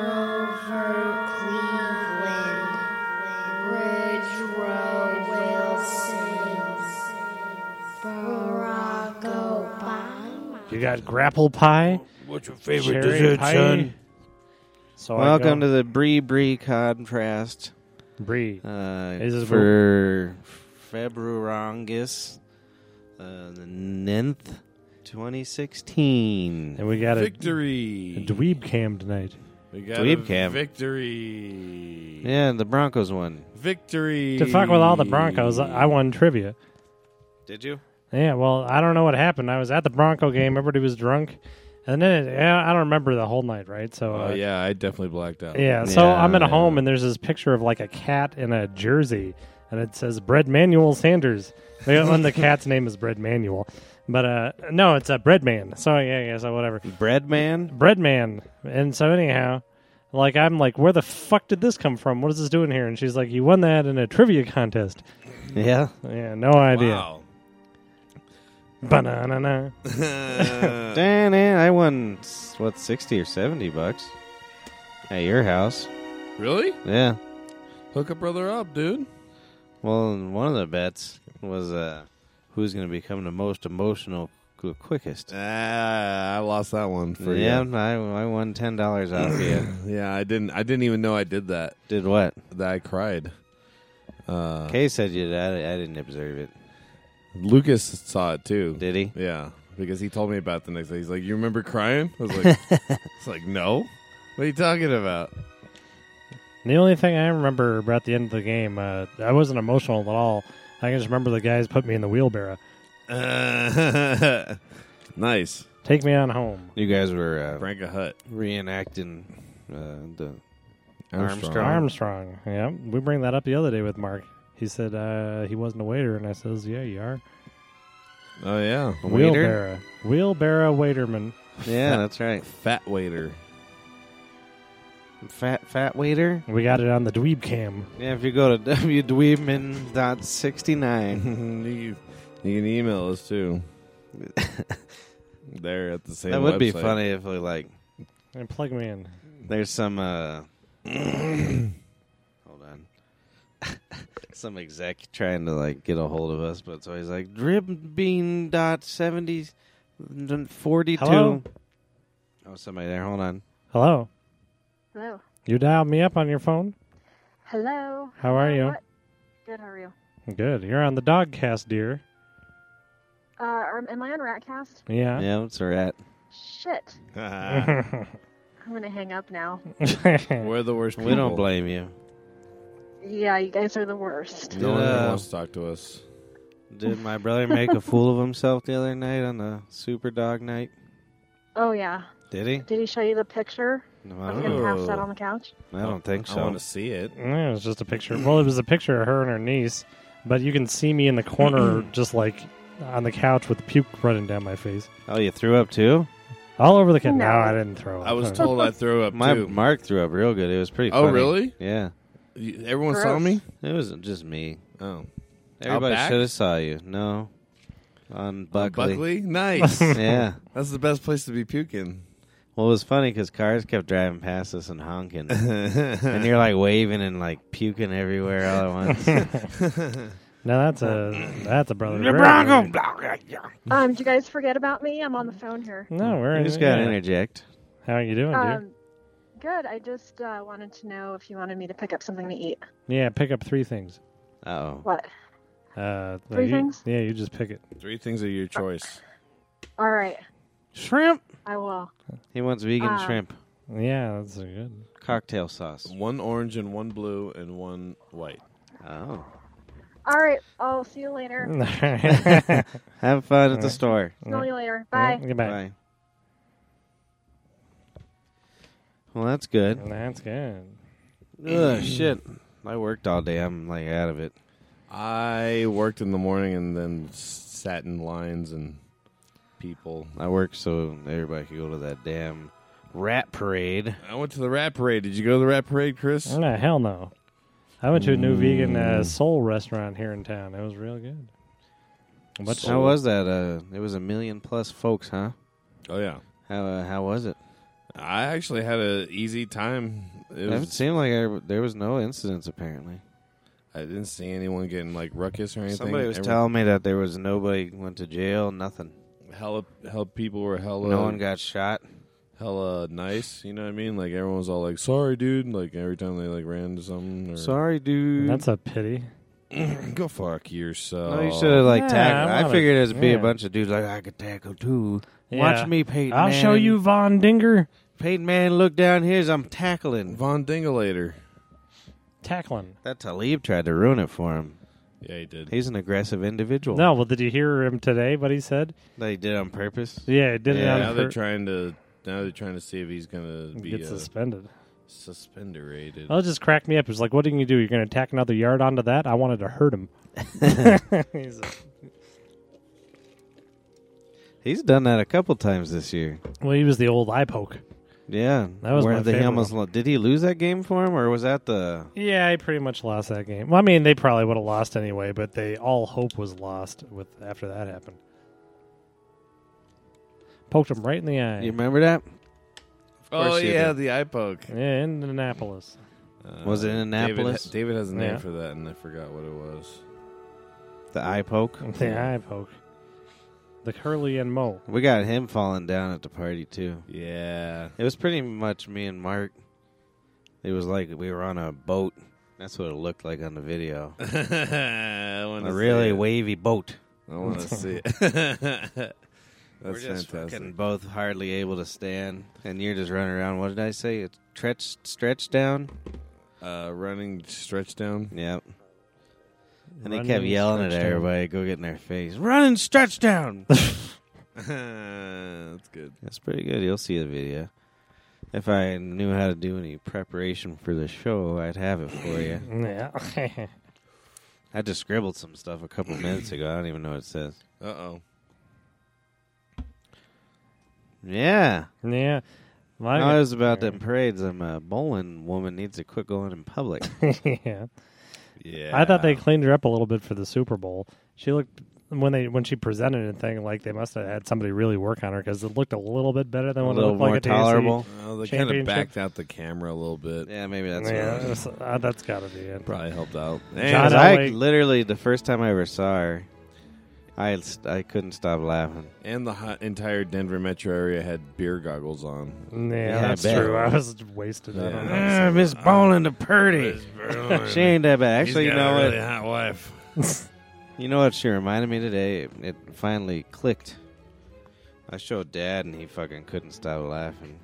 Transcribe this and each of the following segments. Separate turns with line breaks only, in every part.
Grover Cleveland, Woodrow Wilson, Barack Obama.
You got grapple pie?
What's your favorite
cherry
dessert,
pie.
son?
So
Welcome
I
to the Bree Bree contrast.
to Brie.
Uh,
This is
for Februarangus, uh, the 9th, 2016.
And we got a, a
Victory.
dweeb cam tonight.
we got
Dweeb
a
cam.
Victory.
Yeah, the Broncos won.
Victory.
To fuck with all the Broncos, I I won trivia.
Did you?
Yeah, well, I don't know what happened. I was at the Bronco game. Everybody was drunk, and then it, yeah, I don't remember the whole night, right? So,
Oh
uh,
yeah, I definitely blacked out.
yeah. So
Yeah,
I'm at
yeah.
home, and there's this picture of like a cat in a jersey, and it says Bread Manuel Sanders. They and the cat's name is Bread Manuel, but uh, no, it's a Bread Man. So yeah, yeah. So whatever,
Bread man?
Bread Man. And so anyhow. Like I'm like, where the fuck did this come from? What is this doing here? And she's like, you won that in a trivia contest.
Yeah.
Yeah, no idea.
Wow.
Banana.
Damn it, Uh, eh, I won, s- what, 60 or 70 bucks at your house.
really?
Yeah.
Hook a brother up, dude.
Well, and one of the bets was uh, who's going to become the most emotional qu- quickest.
Ah, I lost that one for
yeah, I, I won ten dollars off you.
you. Yeah, I didn't. I didn't even know I did that.
Did what?
That I cried. Uh,
Kay said you did. I, I didn't observe it.
Lucas saw it too.
Did he?
Yeah, because he told me about it the next day. He's like, "You remember crying?" I was like, "It's like no." What are you talking about?
The only thing I remember about the end of the game, uh, I wasn't emotional at all. I can just remember the guys put me in the wheelbarrow,
Uh, nice,
take me on home.
You guys were uh,
Frank a hut.
reenacting uh, the. Armstrong.
Armstrong. Yeah, we bring that up the other day with Mark. He said uh, he wasn't a waiter, and I says, "Yeah, you are."
Oh yeah,
Waiter?
Wheelbarrow, wheelbarrow waiterman.
Yeah, that's right.
fat waiter.
Fat fat waiter.
We got it on the dweeb cam.
Yeah, if you go to wdweebman.69.
you, you can email us too. there at the same.
That would be
website.
funny if we like.
And plug me in.
There's some. uh Hold on. some exec trying to like get a hold of us, but so he's like drip bean dot seventy forty
Hello?
two. Oh, somebody there. Hold on.
Hello,
Hello.
you dialed me up on your phone.
Hello.
How are you?
What? Good, how are you?
Good. You're on the Dogcast, dear.
Uh, are- am I on Ratcast?
Yeah.
Yeah, it's a rat.
Shit. I'm gonna hang up now.
We're the worst.
We don't
people.
blame you.
Yeah, you guys are the worst.
No one
Yeah.
wants to talk to us.
Did my brother make a fool of himself the other night on the Super Dog Night?
Oh, yeah.
Did he?
Did he show you the picture
No, I
of
don't,
him
Oh.
passed out on the couch?
I don't think
I
so.
want to see it.
Yeah, it was just a picture. Well, it was a picture of her and her niece, but you can see me in the corner, just like on the couch with puke running down my face,
Oh, you threw up too?
all over the kid. No,
No.
I didn't throw. Up.
I was told I threw up
My
too.
Mark threw up real good. It was pretty.
Oh,
funny.
really?
Yeah.
You- Everyone saw
Gross.
me.
It wasn't just me.
Oh,
Everybody
Outback?
should have saw you. No, on Buckley.
Buckley, nice.
yeah.
That's the best place to be puking.
Well, it was funny because cars kept driving past us and honking, and you're like waving and like puking everywhere all at once.
Now that's a that's a brother.
Um, did you guys forget about me? I'm on the phone here.
No, we're
I
in.
just got to
yeah.
interject.
How are you doing, dear?
Um, good. I just uh, wanted to know if you wanted me to pick up something to eat.
Yeah, pick up three things.
Oh,
What?
Uh,
Three
you-
things?
Yeah, you just pick it.
Three things are your choice.
All right.
shrimp.
I will.
He wants vegan
Uh,
shrimp
Yeah, that's a good.
cocktail sauce.
One orange and one blue and one white.
Oh,
All right. I'll see you later.
Mm,
have fun at the store.
Smell you later. Bye.
Goodbye.
Bye. Well, that's good.
That's good.
Ugh, shit. I worked all day. I'm like out of it.
I worked in the morning and then s- sat in lines and people.
I work so everybody could go to that damn rat parade.
I went to the rat parade. Did you go to the rat parade, Chris?
No, hell no. I went to a new vegan
Mm.
uh, soul restaurant here in town. It was real good. Much
How was that? Uh, it was a million plus folks, huh?
Oh yeah.
How uh, how was it?
I actually had an easy time. It,
It
was,
seemed like I, there was no incidents apparently.
I didn't see anyone getting like ruckus or anything.
Somebody was
Every-
telling me that there was nobody went to jail, nothing.
hella, hella people were hella
no one got shot.
hella nice. You know what I mean? Like everyone was all like, "Sorry, dude." Like every time they like ran into something. Or,
Sorry, dude.
That's a pity.
go fuck yourself.
no, you should have like
Yeah,
tackled.
I
I
wanna-
figured it'd be
yeah.
a bunch of dudes like I could tackle too.
Yeah.
Watch me, Peyton.
I'll show
Manning.
you Von Dinger
Peyton Man, look down here as I'm tackling.
Von Dingelator.
tackling.
That Talib tried to ruin it for him.
Yeah, he did.
He's an aggressive individual.
No, well, did you hear him today? What he said?
They did on purpose.
Yeah, he did it
Yeah,
on
now they're
fir-
trying to now they're trying to see if he's gonna be
get
uh,
suspended.
suspenderated.
That just cracked me up. It was like, what are you gonna do? You're gonna tack another yard onto that? I wanted to hurt him. He's-
He's done that a couple times this year.
well, he was the old eye poke.
Yeah,
That was
where
my
they
favorite
almost lo- did he lose that game for him, or was that the
Yeah, he pretty much lost that game. Well, I mean, they probably would have lost anyway, but they all hope was lost with after that happened. Poked him right in the eye.
You remember that?
oh
course you
yeah, the eye poke.
Yeah, in Annapolis.
Uh,
Was it in
David
Annapolis?
ha- David, has a name
Yeah.
for that, and I forgot what it was.
The eye poke.
The eye poke. The curly and Mo.
We got him falling down at the party too.
Yeah,
It was pretty much me and Mark. It was like we were on a boat. That's what it looked like on the video.
I wanna
A
see
really
it.
wavy boat.
I want to see it. That's
we're just
fantastic.
fucking both hardly able to stand, and you're just running around. What did I say? It's stretch, stretch down.
Uh, running stretch down.
Yep. And
Running
he kept yelling at
stretch down.
everybody, go get in their face. Run and stretch down.
That's good.
That's pretty good. You'll see the video. If I knew how to do any preparation for the show, I'd have it for you.
Yeah.
I just scribbled some stuff a couple minutes ago. I don't even know what it says.
Uh oh.
Yeah.
yeah. My,
I was about them parades. I'm a bowling woman needs to quit going in public.
yeah.
Yeah.
I thought they cleaned her up a little bit for the Super Bowl. She looked when they when she presented and thing like they must have had somebody really work on her because it looked a little bit better than
a
what it
little
looked
more
like at E.
tolerable.
Well, they kind of
Championship.
backed out the camera a little bit.
Yeah, maybe that's
DAC.
what it
Yeah,
was.
so, uh, that's got to be it.
Probably helped out.
John
Because
And,
Elway-
I literally the first time I ever saw her, I I couldn't stop laughing.
and the hi- entire Denver metro area had beer goggles on.
Yeah,
Yeah, I
that's
bet.
true. I was wasted. I don't know. uh,
Yeah.
Miss Bowling to Purdy. She ain't that bad. Actually, you know what?
hot wife.
You know what she reminded me today? It, it finally clicked. I showed Dad, and he fucking couldn't stop laughing.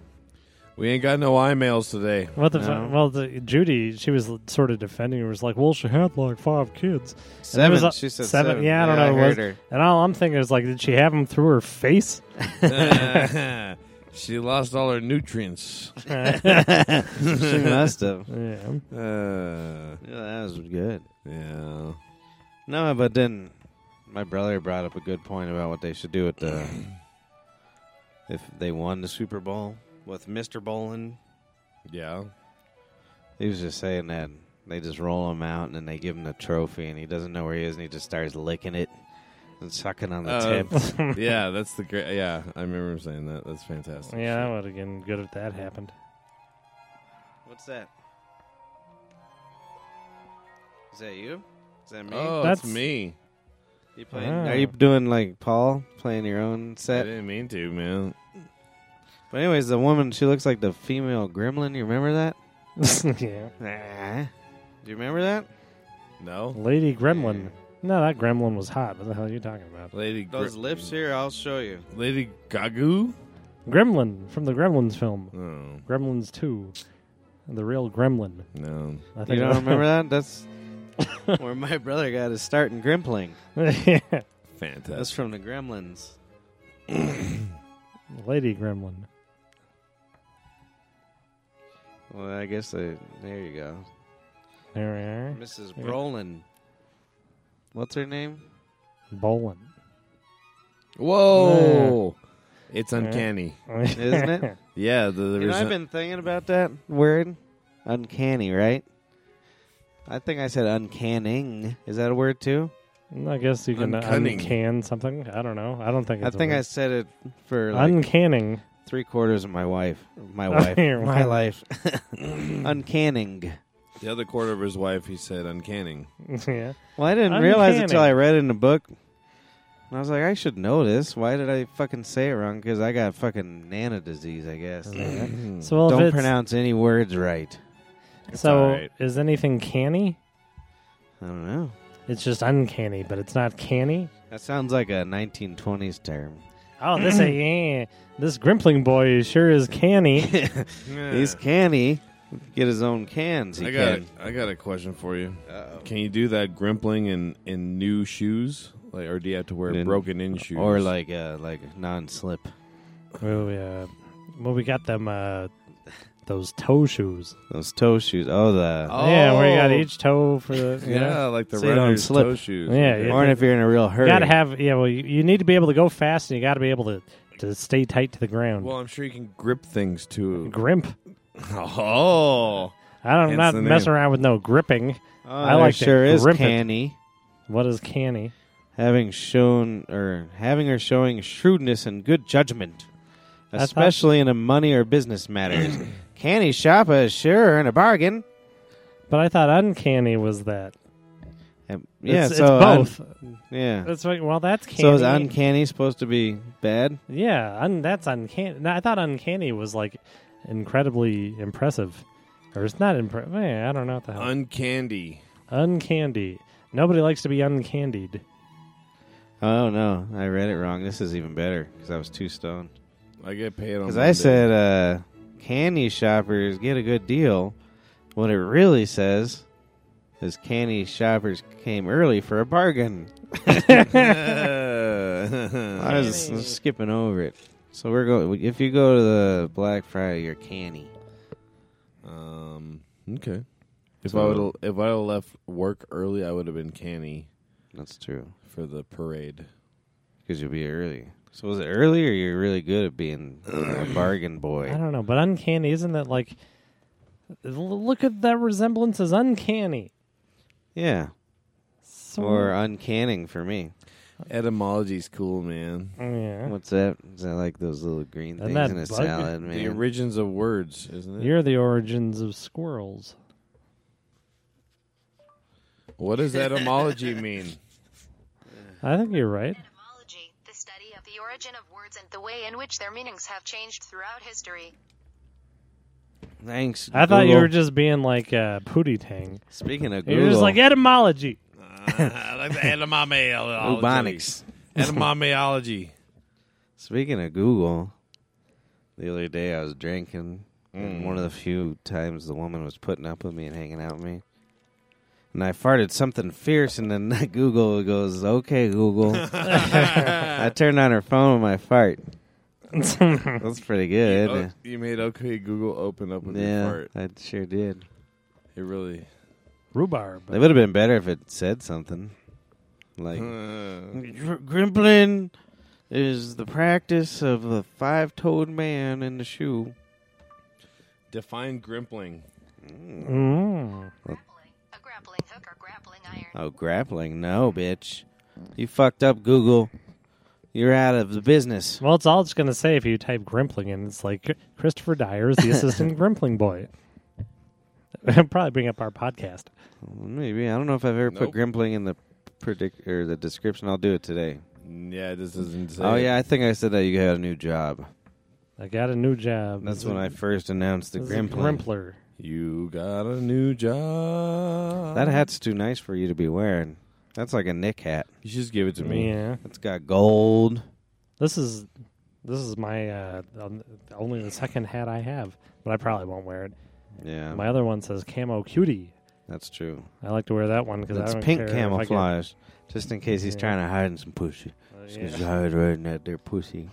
We ain't got no eye mails today.
What the?
No.
fu- well, the, Judy, she was sort of defending. her. Was like, well, she had like five kids,
Seven.
was a-
she said
seven.
seven.
Yeah, I don't know, it
I
was-
heard her.
and all I'm thinking is like, did she have them through her face?
she lost all her nutrients.
she must have.
Yeah.
Uh,
Yeah, that was good.
yeah.
No, but then my brother brought up a good point about what they should do at the if they won the Super Bowl with Mister Bowling.
Yeah.
He was just saying that they just roll him out and then they give him the trophy, and he doesn't know where he is, and he just starts licking it and sucking on the
Uh,
tip.
yeah, that's the great. Yeah, I remember him saying that. That's fantastic.
Yeah, that would have been good if that happened.
What's that? Is that you? Is that me?
Oh,
That's-
that's me.
you playing?
Ah.
Are you doing like Paul playing your own
I
set?
didn't mean to, man.
But anyways, the woman she looks like the female gremlin. You remember that?
yeah.
Nah. Do you remember that?
No,
Lady Gremlin. No, that Gremlin was hot. What the hell are you talking about?
Lady. Gr-
Those lips here, I'll show you.
Lady Gagu.
Gremlin from the Gremlins film.
Oh
Gremlins 2. The real Gremlin.
no.
I
You don't remember that? That's where my brother got his start in Grimpling.
yeah.
That's
Fantastic.
from the Gremlins.
Lady Gremlin.
Well, I guess they, there you go.
There we are.
Mrs.
Yeah.
Brolin. What's her name?
Bolin.
Whoa. It's uncanny.
Isn't it?
Yeah, the, the
You know,
reason-
I've been thinking about that word, uncanny, right? I think I said uncanning. Is that a word too?
I guess you can
Uncunning.
uncan something. I don't know. I don't think
I
it's a
think I
word.
said it for like
Uncanning.
three quarters of my wife, my wife,
Your
my
wife.
life, uncanning.
The other quarter of his wife, he said, uncanning.
yeah.
Well, I didn't realize
Uncanning.
until I read it in the book. And I was like, I should know this. Why did I fucking say it wrong? Because I got fucking nana disease, I guess.
Hmm.
So well, if
Don't
it's-
pronounce any words right.
So
all right.
is anything canny?
I don't know.
It's just uncanny, but it's not canny.
That sounds like a 1920s term.
Oh, this a yeah. This Grimpling boy sure is canny.
He's canny. Get his own cans. He
I got
can.
a, I got a question for you. Can you do that grimpling in in new shoes? Like, or do you have to wear
In-
broken in shoes?
Or like uh, like non-slip.
well, we, uh, well, we got them uh, those toe shoes.
Those toe shoes. Oh, the
Oh.
Yeah, where you got each toe for the
yeah, like the
So you don't
runner's
slip.
toe shoes.
Yeah,
Okay.
yeah.
or if you're in a real hurry.
You gotta have yeah. Well, you, you need to be able to go fast, and you gotta be able to to stay tight to the ground.
Well, I'm sure you can grip things too.
Grimp.
Oh,
I don't
Hence
not
the
mess
name.
around with no gripping.
Oh,
I
there
like to
sure is
grip it.
canny.
What is canny?
Having shown or having or showing shrewdness and good judgment,
thought-
especially in a money or business matters. canny shopper is sure in a bargain.
But I thought uncanny was that.
Um, yeah,
it's,
so un-
it's both.
yeah.
that's what, well, that's canny.
So is uncanny supposed to be bad?
Yeah, un, that's uncanny. No, I thought uncanny was like incredibly impressive, or it's not impressive. I don't know what the hell.
uncandy.
uncandy. Nobody likes to be uncandied.
Oh no, I read it wrong. This is even better because I was too stoned.
I get paid on.
Oh,
Because I
Monday.
said uh, candy shoppers get a good deal. What it really says is candy shoppers came early for a bargain. I was
Candy.
skipping over it. So we're going. If you go to the Black Friday, you're canny.
um. Okay. If I
So-
would if I would left work early, I would have been canny
That's true.
for the parade.
Because you'll be early. So was it early, or you're really good at being a bargain
I
boy?
don't know, but uncanny isn't that like? l- Look at that resemblance is uncanny.
Yeah,
So,
or uh, uncanning for me.
Etymology's cool, man.
Mm-hmm.
yeah.
What's that? Is that like those little green
Doesn't
things
that
in a
bug you?
salad, man?
The origins of words, isn't it?
You're the origins of squirrels.
what does etymology mean?
I think you're right.
Etymology, the study of the origin of words and the way in which their meanings have changed throughout history.
Thanks.
I thought you
Google.
were just being like uh, Pootie Tang.
speaking of Google.
You're just like etymology.
I like the etymology.
Bubonics.
Etymology.
Speaking of Google, the other day I was drinking,
Mm.
and one of the few times the woman was putting up with me and hanging out with me. And I farted something fierce, and then Google goes, Okay, Google. I turned on her phone with my fart. That's pretty good.
Oh,
isn't
you made okay Google open up with
it?
your
yeah,
fart.
I sure did.
It really.
Rhubarb.
It would have been better if it said something. Like, Gr- Grimpling is the practice of the five toed man in the shoe.
define grimpling.
Mm.
Grappling, a grappling hook or grappling iron.
Oh, grappling? No, bitch. You fucked up, Google. You're out of the business.
Well, it's all it's going to say if you type Grimpling in. It's like Christopher Dyer is the assistant Grimpling boy. It'll probably bring up our podcast.
Maybe I don't know if I've ever put
Nope.
grimpling in the predict or the description. I'll do it today.
Yeah, this isn't. say
oh
it.
yeah, I think I said that you had a new job.
I got a new job.
That's when I first announced the
This is a
grimpling.
Grimpler.
You got a new job.
That hat's too nice for you to be wearing. That's like a Nick hat.
You should just give it to
Mm.
me.
Yeah.
It's got gold.
This is this is my uh, um, only the second hat I have, but I probably won't wear it.
Yeah,
My other one says Camo Cutie.
that's true.
I like to wear that one because
It's
I don't
pink
care if I get-
camouflage, just in case he's
Yeah.
trying to hide in some pussy. Just
yeah.
gonna hide right in that there pussy.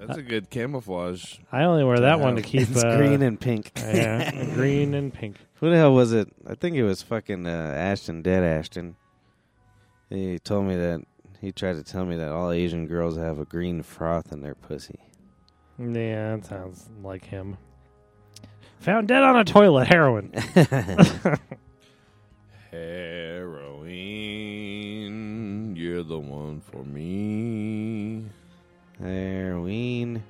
That's a good camouflage.
I only wear that one to keep
It's
uh,
green and pink.
yeah, green and pink.
Who the hell was it? I think it was fucking uh, Ashton, dead Ashton. He told me that he tried to tell me that all Asian girls have a green froth in their pussy.
Yeah, that sounds like him. Found dead on a toilet, heroin.
Heroin, you're the one for me.
Heroin.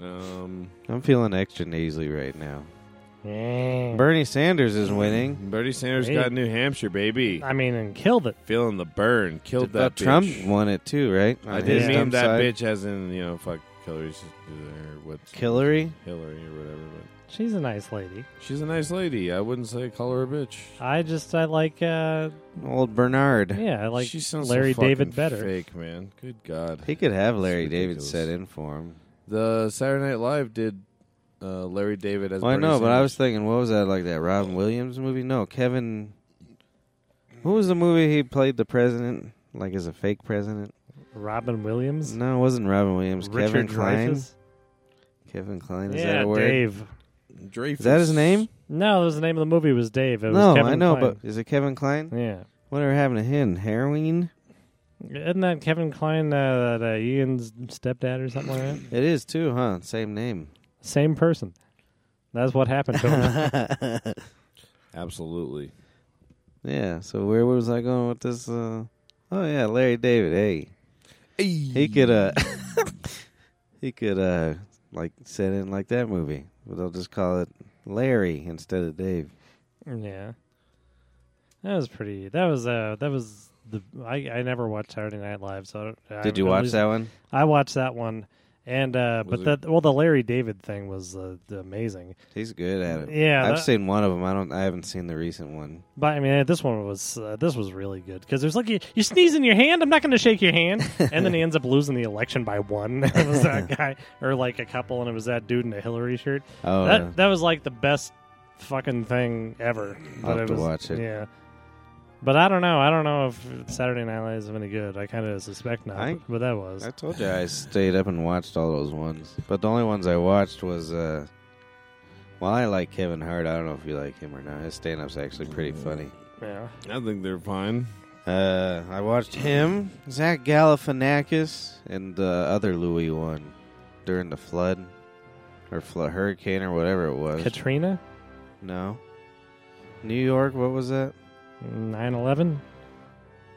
Um,
I'm feeling extra nasally right now.
Yeah.
Bernie Sanders is winning.
Bernie Sanders
Hey.
got New Hampshire, baby.
I mean, and killed it.
Feeling the burn. Killed
Uh,
that bitch.
Trump won it too, right?
I
On
did
his
not mean
Yeah.
dumb
that
side.
bitch as in, you know, fuck Hillary's or what's
Hillary.
Hillary or whatever. But
She's a nice lady.
she's a nice lady. I wouldn't say call her a bitch.
I just I like uh
Old Bernard.
yeah I like
she sounds so
Larry David
fucking
better.
Fake man. Good God.
He could have Larry
It's
David
ridiculous.
set in for him.
The Saturday Night Live did uh, Larry David as.
Well, I
Bernie
know, but I was
Sanders.
thinking, what was that like? That Robin Williams movie? No, Kevin. What was the movie he played the president? Like as a fake president?
Robin Williams,
No, it wasn't Robin Williams. Mm, Kevin
Richard
Klein.
Dreyfuss.
Kevin Klein. Is
yeah,
that a word?
Dave.
Dreyfus.
Is that his name?
No, that was the name of the movie. Was Dave? It was
no,
Kevin
I know,
Kline.
but is it Kevin Klein?
yeah,
Whatever happened to him? Heroin?
isn't that Kevin Klein uh, that uh, Ian's stepdad or something like that?
It is too, huh? Same name.
Same person. That's what happened to him.
Absolutely.
yeah. So where was I going with this? Uh... Oh yeah, Larry David. Hey, he could uh, he could uh, like set in like that movie, but they'll just call it Larry instead of Dave.
yeah, that was pretty. That was uh, that was the. I I never watched Saturday Night Live, so I don't- I,
Did you
at
watch
least-
that one?
I watched that one, and uh,
Was
but
it-
that well, the Larry David thing was uh, the amazing.
He's good at it.
Yeah,
Uh, I've
that-
seen one of them. I don't. I haven't seen the recent one.
But I mean, this one was uh, this was really good because there's like you, you sneeze in your hand. I'm not going to shake your hand, and then he ends up losing the election by one. it was that guy or like a couple, and it was that dude in a Hillary shirt.
Oh,
that
yeah.
that was like the best fucking thing ever. But
have
it
to
was-
watch it.
Yeah. But I don't know. I don't know if Saturday Night Live is any good. I kind of suspect not,
I-
but, but that was.
I told you I stayed up and watched all those ones, but the only ones I watched was. uh well, I like Kevin Hart. I don't know if you like him or not. His stand-up's actually pretty funny.
yeah.
I think they're fine.
Uh, I watched him, Zach Galifianakis, and the other Louis one during the flood or flood hurricane or whatever it was.
Katrina,
no, New York. What was that?
9/11,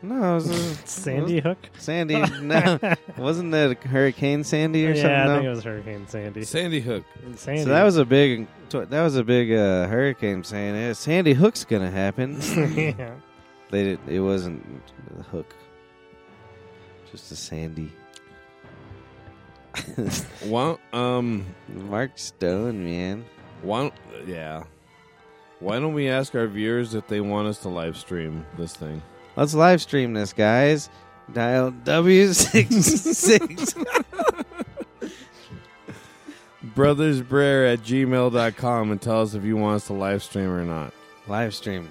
No, it was a,
Sandy Hook.
Sandy. No, wasn't that Hurricane Sandy or
yeah,
something?
I
No?
think it was Hurricane Sandy.
Sandy Hook.
Sandy.
So that was a big that was a big uh, hurricane saying eh, Sandy Hook's gonna happen.
yeah.
they did, it wasn't the hook, just a Sandy.
Why? Um.
Mark Stone, man.
Why? Don't, yeah. Why don't we ask our viewers if they want us to live stream this thing?
Let's live stream this, guys. Dial W66.
brothersbrer at gmail.com and tell us if you want us to live stream or not.
live stream.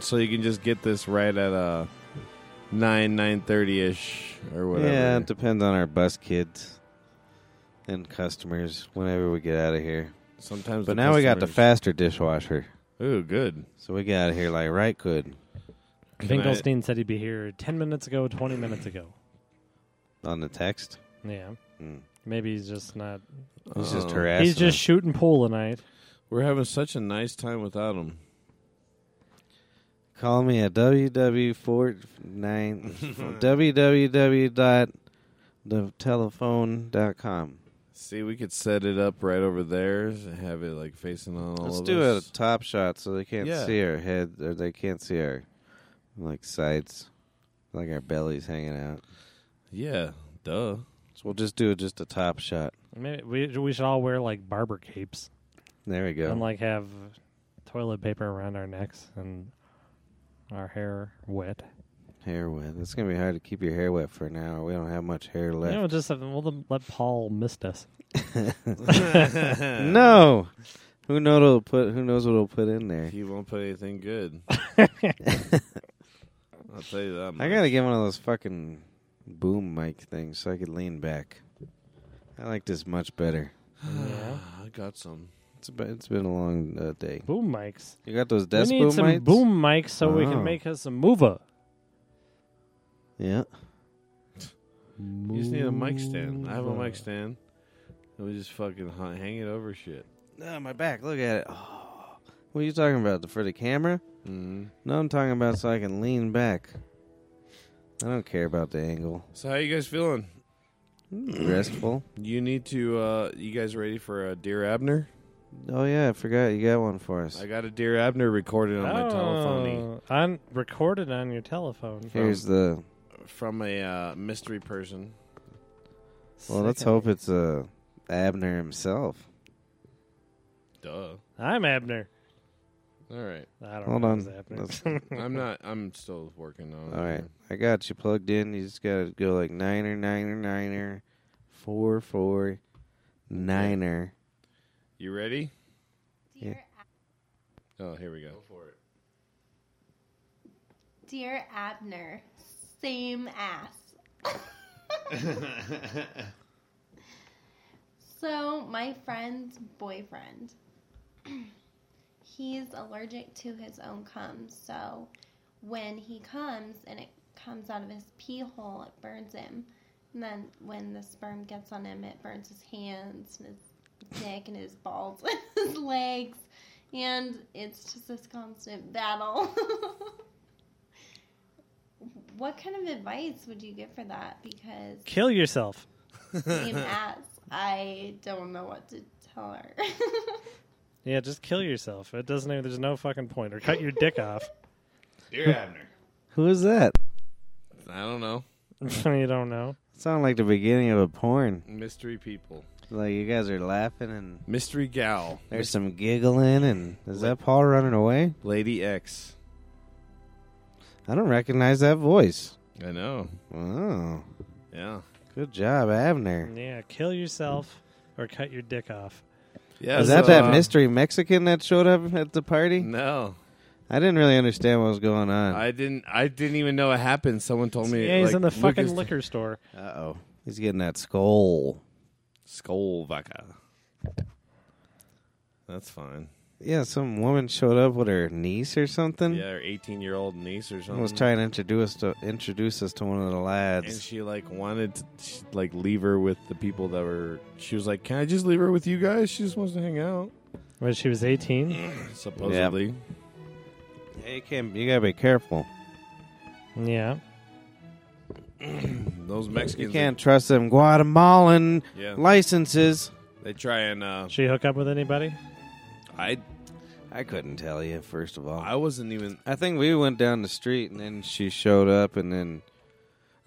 so you can just get this right at uh nine nine thirty ish or whatever.
Yeah, it depends on our bus kids and customers whenever we get out of here.
Sometimes,
But now we got the
customers-
faster dishwasher.
Ooh, good.
So we got out of here like right good
Finkelstein said he'd be here 10 minutes ago, 20 minutes ago.
on the text.
Yeah.
Mm.
Maybe he's just not.
Uh-oh.
He's just harassing.
he's just
us.
shooting pool tonight.
We're having such a nice time without him.
Call me at www49 www.thetelephone.com.
See, we could set it up right over there and have it like facing on all
Let's
of
do a
us.
top shot so they can't
Yeah.
see our head or they can't see our like sides, like our bellies hanging out.
Yeah, duh.
So we'll just do just a top shot.
Maybe we, we should all wear like barber capes
There we go.
and like have toilet paper around our necks and our hair wet.
hair wet. It's gonna be hard to keep your hair wet for an hour. We don't have much hair
You know,
left.
just have, we'll let- let Paul mist us.
no, who knows what'll put? Who knows what'll put in there?
He won't put anything good. I'll tell you that.
I
much.
gotta get one of those fucking boom mic things so I could lean back. I like this much better.
yeah.
I got some.
It's been, it's been a long uh, day.
Boom mics.
You got those desk
we need
boom
some
mics?
boom mics so we
Oh.
can make us a mover.
Yeah.
You just need a mic stand. I have a mic stand. And we just fucking h- hang it over shit.
No, Ah, my back. Look at it. Oh. What are you talking about? The- For the camera?
Mm-hmm.
No, I'm talking about so I can lean back. I don't care about the angle.
So how you guys feeling?
Restful.
You need to. Uh, you guys ready for a Dear Abner?
Oh yeah, I forgot you got one for us.
I got a Dear Abner recorded on my telephone
Oh, on recorded on your telephone. Oh,
Here's the.
from a uh, mystery person.
Well, let's
Sick.
hope it's uh, Abner himself.
Duh.
I'm Abner.
All right.
I don't
Hold
know
on.
who's Abner.
Let's-
I'm not. I'm still working on. it.
All right, I got you plugged in. You just gotta go like niner, niner, niner, four, four, niner.
You ready?
Yeah.
Dear, Ab-
Oh, here we go.
dear Abner, same ass. so, my friend's boyfriend, he's allergic to his own cum. So, when he comes and it comes out of his pee hole, it burns him. And then when the sperm gets on him, it burns his hands and his dick and his balls and his legs. And it's just this constant battle. what kind of advice would you give for that? Because
Kill yourself.
same ass, I don't know what to tell her.
Yeah, just kill yourself. It doesn't even. There's no fucking point. Or cut your dick off.
Dear Abner.
Who is that?
I don't know.
you don't know.
Sound like the beginning of a porn.
Mystery people.
Like you guys are laughing and
Mystery gal.
there's some giggling and is that Paul running away?
Lady X.
I don't recognize that voice.
I know.
Wow,
Yeah.
good job, Abner.
Yeah, kill yourself or cut your dick off.
Yeah. uh,
Is that that mystery Mexican that showed up at the party?
No,
I didn't really understand what was going on.
I didn't. I didn't even know it happened. Someone told me.
yeah, he's
like,
in the fucking
Lucas-
liquor store.
Uh oh, he's getting that skull.
Skull vodka. That's fine.
Yeah, some woman showed up with her niece or something.
Yeah, her 18 year old niece or
and
something.
was trying to introduce to introduce us to one of the
Um, and
lads.
she like wanted to she, like leave her with the people that were. She was like, "Can I just leave her with you guys? She just wants to hang out."
When she was 18.
Supposedly.
hey Kim, you gotta be careful.
Yeah.
Those
You
Mexicans.
can't trust them Guatemalan
They, yeah.
licenses.
They try and. Uh,
She hook up with anybody?
I
I couldn't tell you first of all.
I wasn't even.
I think we went down the street and then she showed up and then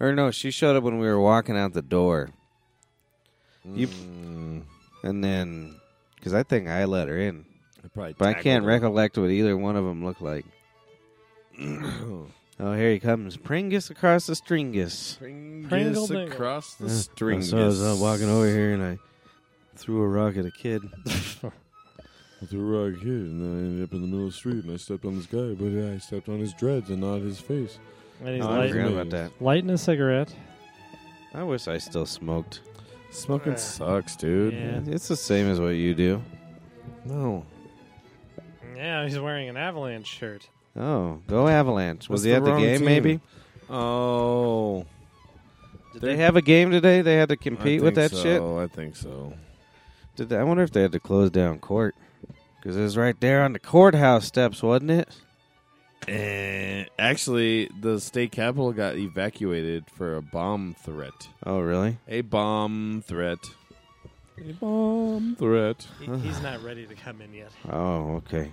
or no, she showed up when we were walking out the door. You-
Mm,
And then cuz I think I let her in.
I probably.
But I
tackled
can't
her.
recollect what either one of them looked like. Oh, here he comes. Pringus across the stringus.
Pringle
Pringus
dingle.
across the
Yeah.
string.
So I was uh, walking over here and I threw a rock at a kid.
I threw a rock here, and I ended up in the middle of the street, and I stepped on this guy, but I stepped on his dreads and not his face.
And he's
Oh, I
lighting
forgot
lighting,
about that.
lighting a cigarette.
I wish I still smoked.
Smoking
Uh,
sucks, dude.
Yeah.
It's the same as what you do.
No.
Yeah, he's wearing an avalanche shirt.
Oh, go Avalanche. Was
That's
he at
the
the
wrong
game
team.
maybe?
Oh.
Did they have a game today? They had to compete with that shit?
Oh, I think so.
Did they, I wonder if they had to close down court because it was right there on the courthouse steps, wasn't it?
And actually, the state capitol got evacuated for a bomb threat.
Oh, really?
A bomb threat. A bomb threat.
He, he's not ready to come in yet.
Oh, okay.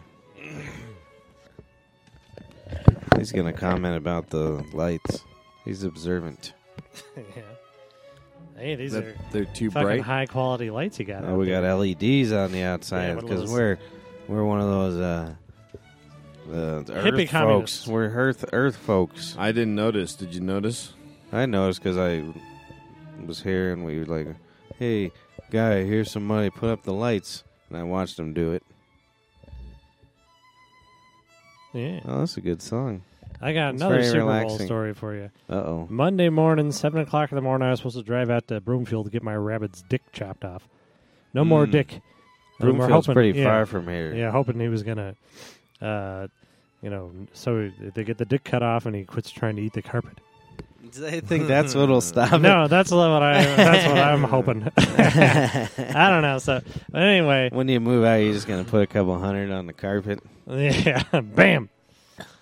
He's gonna comment about the lights. He's observant.
yeah. Hey, these
That-
are
they're too
fucking
bright.
high quality lights you got.
Oh,
out
we
there.
got LEDs on the
Yeah,
outside
one of
because
those-
we're we're one of those uh, the the
Hippie
earth folks.
communists.
We're earth earth folks.
I didn't notice. Did you notice?
I noticed because I was here and we were like, "Hey, guy, here's some money. Put up the lights." And I watched him do it.
Yeah.
Oh, that's a good song.
I got
It's
another
very
Super
relaxing.
Bowl story for you.
Uh oh.
Monday morning, seven o'clock in the morning, I was supposed to drive out to Broomfield to get my rabbit's dick chopped off. No more
Mm.
dick. And we're
Broomfield's
hoping-
pretty
yeah,
far from here.
Yeah, hoping he was gonna, uh, you know, so they get the dick cut off and he quits trying to eat the carpet.
I think that's what'll stop
no, that's what I. That's what I'm hoping.
it.
I don't know. So but anyway,
when you move out, you're just gonna put a couple hundred on the carpet.
yeah, bam.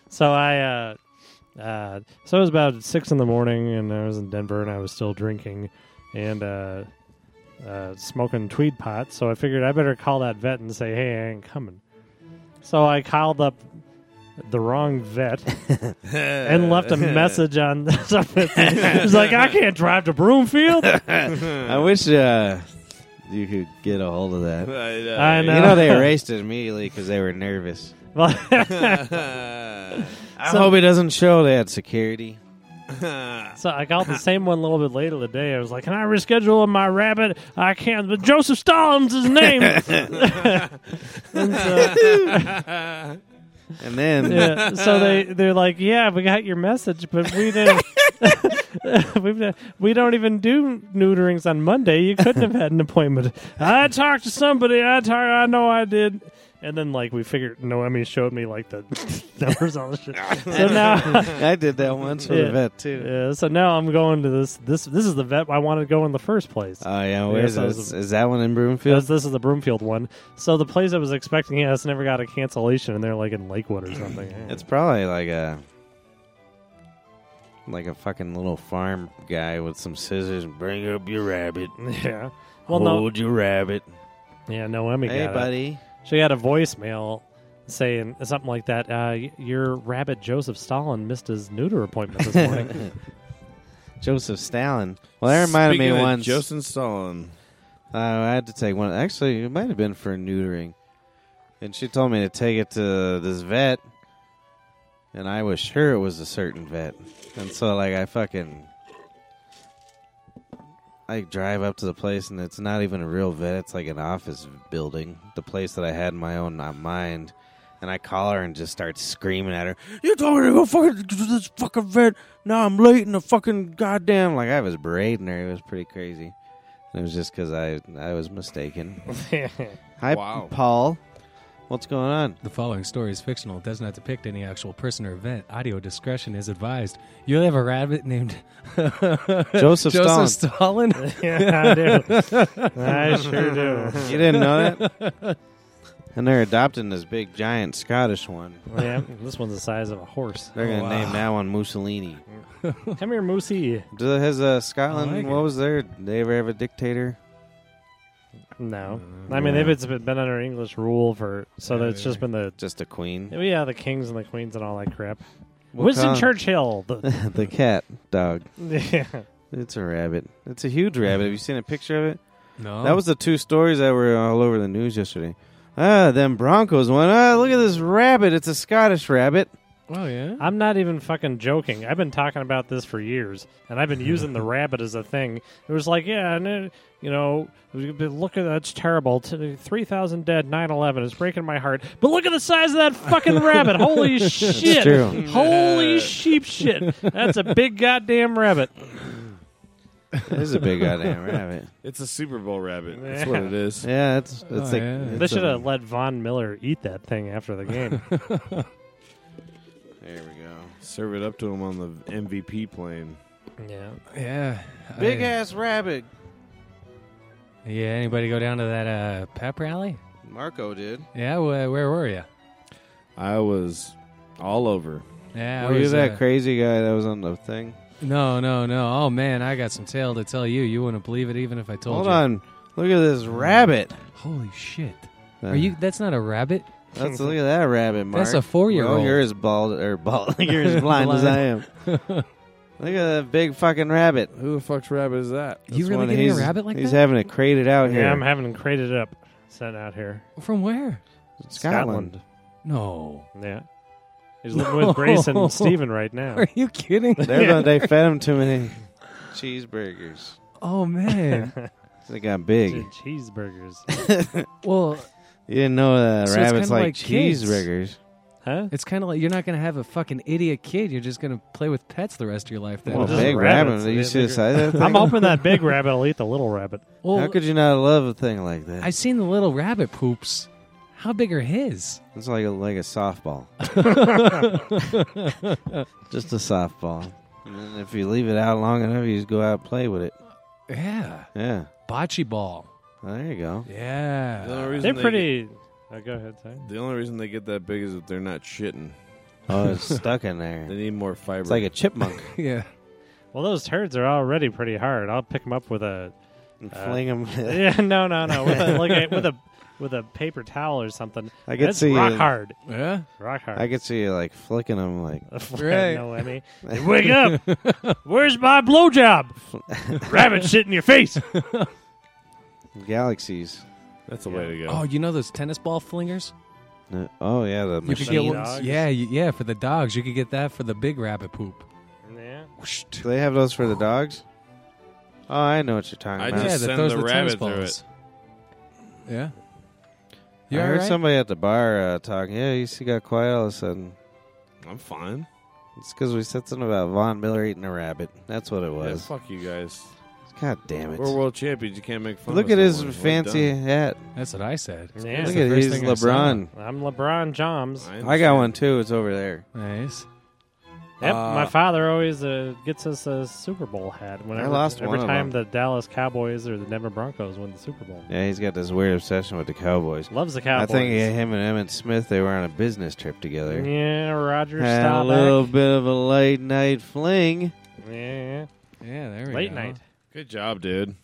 So I, uh, uh, so it was about six in the morning, and I was in Denver, and I was still drinking, and uh, uh, smoking tweed pot. So I figured I better call that vet and say, "Hey, I ain't coming." So I called up the wrong vet and left a message on. It's like I can't drive to Broomfield.
I wish uh, you could get a hold of that.
I uh, know.
You know they erased it immediately because they were nervous.
uh,
I
So-
hope it doesn't show they had security.
So I got the same one a little bit later today. I was like, "Can I reschedule my rabbit? I can't." But Joseph Stalin's his name. And so,
And then
yeah, so they they're like, "Yeah, we got your message, but we didn't. we've, not- we don't even do neuterings on Monday. You couldn't have had an appointment." I talked to somebody. I talk, I know I did. And then like we figured, Noemi showed me like the numbers on the shit. So now.
I did that once with
Yeah.
a vet too.
Yeah, so now I'm going to this. This this is the vet I wanted to go in the first place.
Oh yeah, where's
Yeah, so
this?
it's
Is
a-
that one in Broomfield?
Because this is the Broomfield one. So the place I was expecting, yeah, it's never got a cancellation, and they're like in Lakewood or something.
It's probably like a like a fucking little farm guy with some scissors. and Bring up your rabbit.
yeah. Well, no,
Hold your rabbit.
yeah, no, Emmy
Hey,
got it.
buddy.
She got a voicemail saying something like that. Uh, y- your rabbit Joseph Stalin missed his neuter appointment this morning.
Joseph Stalin. Well, that reminded
Speaking
me
of
once.
Justin Stalin.
Uh, I had to take one. Actually, it might have been for neutering. And she told me to take it to this vet. And I was sure it was a certain vet. And so, like, I fucking. I drive up to the place, and it's not even a real vet. It's like an office building. The place that I had in my own uh, mind. And I call her and just start screaming at her. You told me to go fucking to this fucking vet. Now I'm late and the fucking goddamn. Like, I was berating her. It was pretty crazy. It was just because I I was mistaken. Hi,
Wow.
Paul. What's going on?
The following story is fictional. It does not depict any actual person or event. Audio discretion is advised. You have a rabbit named
Joseph Stalin.
Stalin.
yeah, I do. I sure do.
you didn't know that? and they're adopting this big giant Scottish one.
Yeah, this one's the size of a horse.
They're gonna name that one Mussolini.
Come here, Moosey.
Do, has uh, Scotland?
I like
what
it.
was their? did They ever have a dictator?
No, I
Mm,
mean they've it's been under English rule for so that it's just been the
Just a queen.
yeah the kings and the queens and all that crap.
What
Winston
kind?
Churchill. The,
the cat dog.
yeah.
It's a rabbit. It's a huge rabbit. Have you seen a picture of it?
No,
That was the two stories that were all over the news yesterday. Ah, them Broncos one. Ah, look at this rabbit. It's a Scottish rabbit.
Oh yeah.
I'm not even fucking joking. I've been talking about this for years, and I've been using the rabbit as a thing. It was like, yeah, and it, you know, look at that's terrible. T- Three thousand dead, 9/11 is breaking my heart. But look at the size of that fucking rabbit. Holy shit!
true.
Holy sheep shit! That's a big goddamn rabbit.
It is a big goddamn rabbit.
It's a Super Bowl rabbit. That's what it is.
Yeah, it's it's
Oh,
like
yeah.
it's
They should
a-
have let Von Miller eat that thing after the game.
There we go.
Serve it up to him on the MVP plane.
yeah.
Oh, Yeah.
Big
I-
ass rabbit.
Yeah. Anybody go down to that uh, pep rally?
Marco did.
Yeah. Where, where were you?
I was all over.
Yeah. I
Were you
was,
that
uh,
crazy guy that was on the thing?
No, no, no. Oh man, I got some tale to tell you. You wouldn't believe it, even if I told
Hold
you.
on. Look at this rabbit.
Holy shit.
Uh,
Are you? That's not a rabbit.
Let's look at that rabbit, Mark.
That's a four-year-old.
Well, you're as bald or bald. you're as blind as I am. Look at that big fucking rabbit.
Who the fuck's rabbit is that?
you
That's
really
one
getting a
he's-
rabbit like
He's
that?
having it crated out here.
Yeah, I'm having them crated up, sent out here.
From where?
Scotland.
No.
Yeah. He's living with Grace and Steven right now.
Are you kidding?
They're the- they fed him too many cheeseburgers.
Oh man.
They got big.
Dude, cheeseburgers.
well,
You didn't know that
So it's
rabbits
kinda
like,
like kids.
cheeseburgers.
Huh?
it's kind of like you're not gonna have a fucking idiot kid. You're just gonna play with pets the rest of your life. Then.
Well,
just
big
rabbits,
rabbit.
they-
You see
they-
the size of that
I'm
thing?
hoping that big rabbit will eat the little rabbit.
Well,
How could you not love a thing like that?
I've seen the little rabbit poops. How big are his?
It's like a like a softball. just a softball. And then if you leave it out long enough, you just go out and play with it.
Yeah,
Yeah.
bocce ball.
Well, there you go.
Yeah.
The only reason
They're
they
pretty. Uh, go ahead, sorry.
get- the only reason they get that big is if they're not shitting.
Oh, it's stuck in
They
there.
need more fiber.
It's like a chipmunk.
yeah.
Well, those turds are already pretty hard. I'll pick them up with a
and
Uh,
fling them.
yeah, no, no, no, with a, like a, with a with a paper towel or something.
I could
That's
see uh,
rock
you-
hard,
Yeah.
rock hard.
I could see you like flicking them, like
Right.
no Emmy. Wake up! Where's my blowjob? Rabbit shit in your face.
galaxies.
That's the way to go.
Oh, you know those tennis ball flingers?
No- Oh yeah, the
You could
machine.
get
Machine
ones.
dogs?
Yeah, you, yeah, for the dogs. You could get that for the big rabbit poop.
Yeah.
Whoosh.
Do they have those for the dogs? Oh, I know what you're talking
I
about.
yeah,
just
that
send
throws
the
the, tennis
rabbit through
balls. Yeah. You
I
all
heard
right?
somebody at the bar uh, talking. Yeah, you see, got quiet all of a sudden.
I'm fine.
It's because we said something about Von Miller eating a rabbit. That's what it
Yeah,
was.
fuck you guys.
God damn it!
We're world champions. You can't make fun.
Look
of
at
us
his
no more. We're
fancy
done.
hat.
That's what I said.
Yeah.
Look
the
at
first
his
thing I saw.
LeBron.
I'm LeBron James.
I got
understand.
one too. It's over there.
Nice.
Yep,
Uh,
my father always uh, gets us a Super Bowl hat whenever
lost
every
one of
time the Dallas Cowboys or the Denver Broncos win the Super Bowl.
Yeah, he's got this weird obsession with the Cowboys.
Loves the
I
Cowboys.
think yeah, him and Emmett Smith they were on a business trip together.
yeah, Roger
Had a
Staubach.
little bit of a late night fling.
Yeah,
Yeah, there we
late
go.
night.
Good job, dude.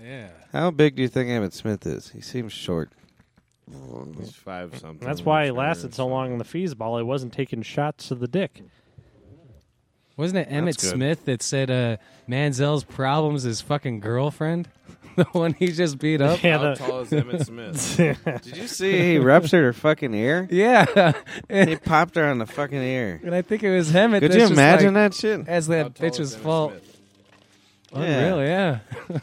Yeah.
How big do you think Emmett Smith is? He seems short.
He's five something.
Mm. That's why he
Sure.
lasted so long in the feesball. He wasn't taking shots to the dick.
Wasn't it Emmett
good.
Smith that said uh, Manziel's problems his fucking girlfriend? the one he just beat up?
Yeah,
How
the-
tall is Emmett Smith?
Did you see he ruptured her fucking ear?
Yeah.
He popped her on the fucking ear.
and I think it was him.
Could you imagine that shit?
As
How
that
tall is
bitch's
Emmett
fault.
Smith?
Unreal, yeah.
Well,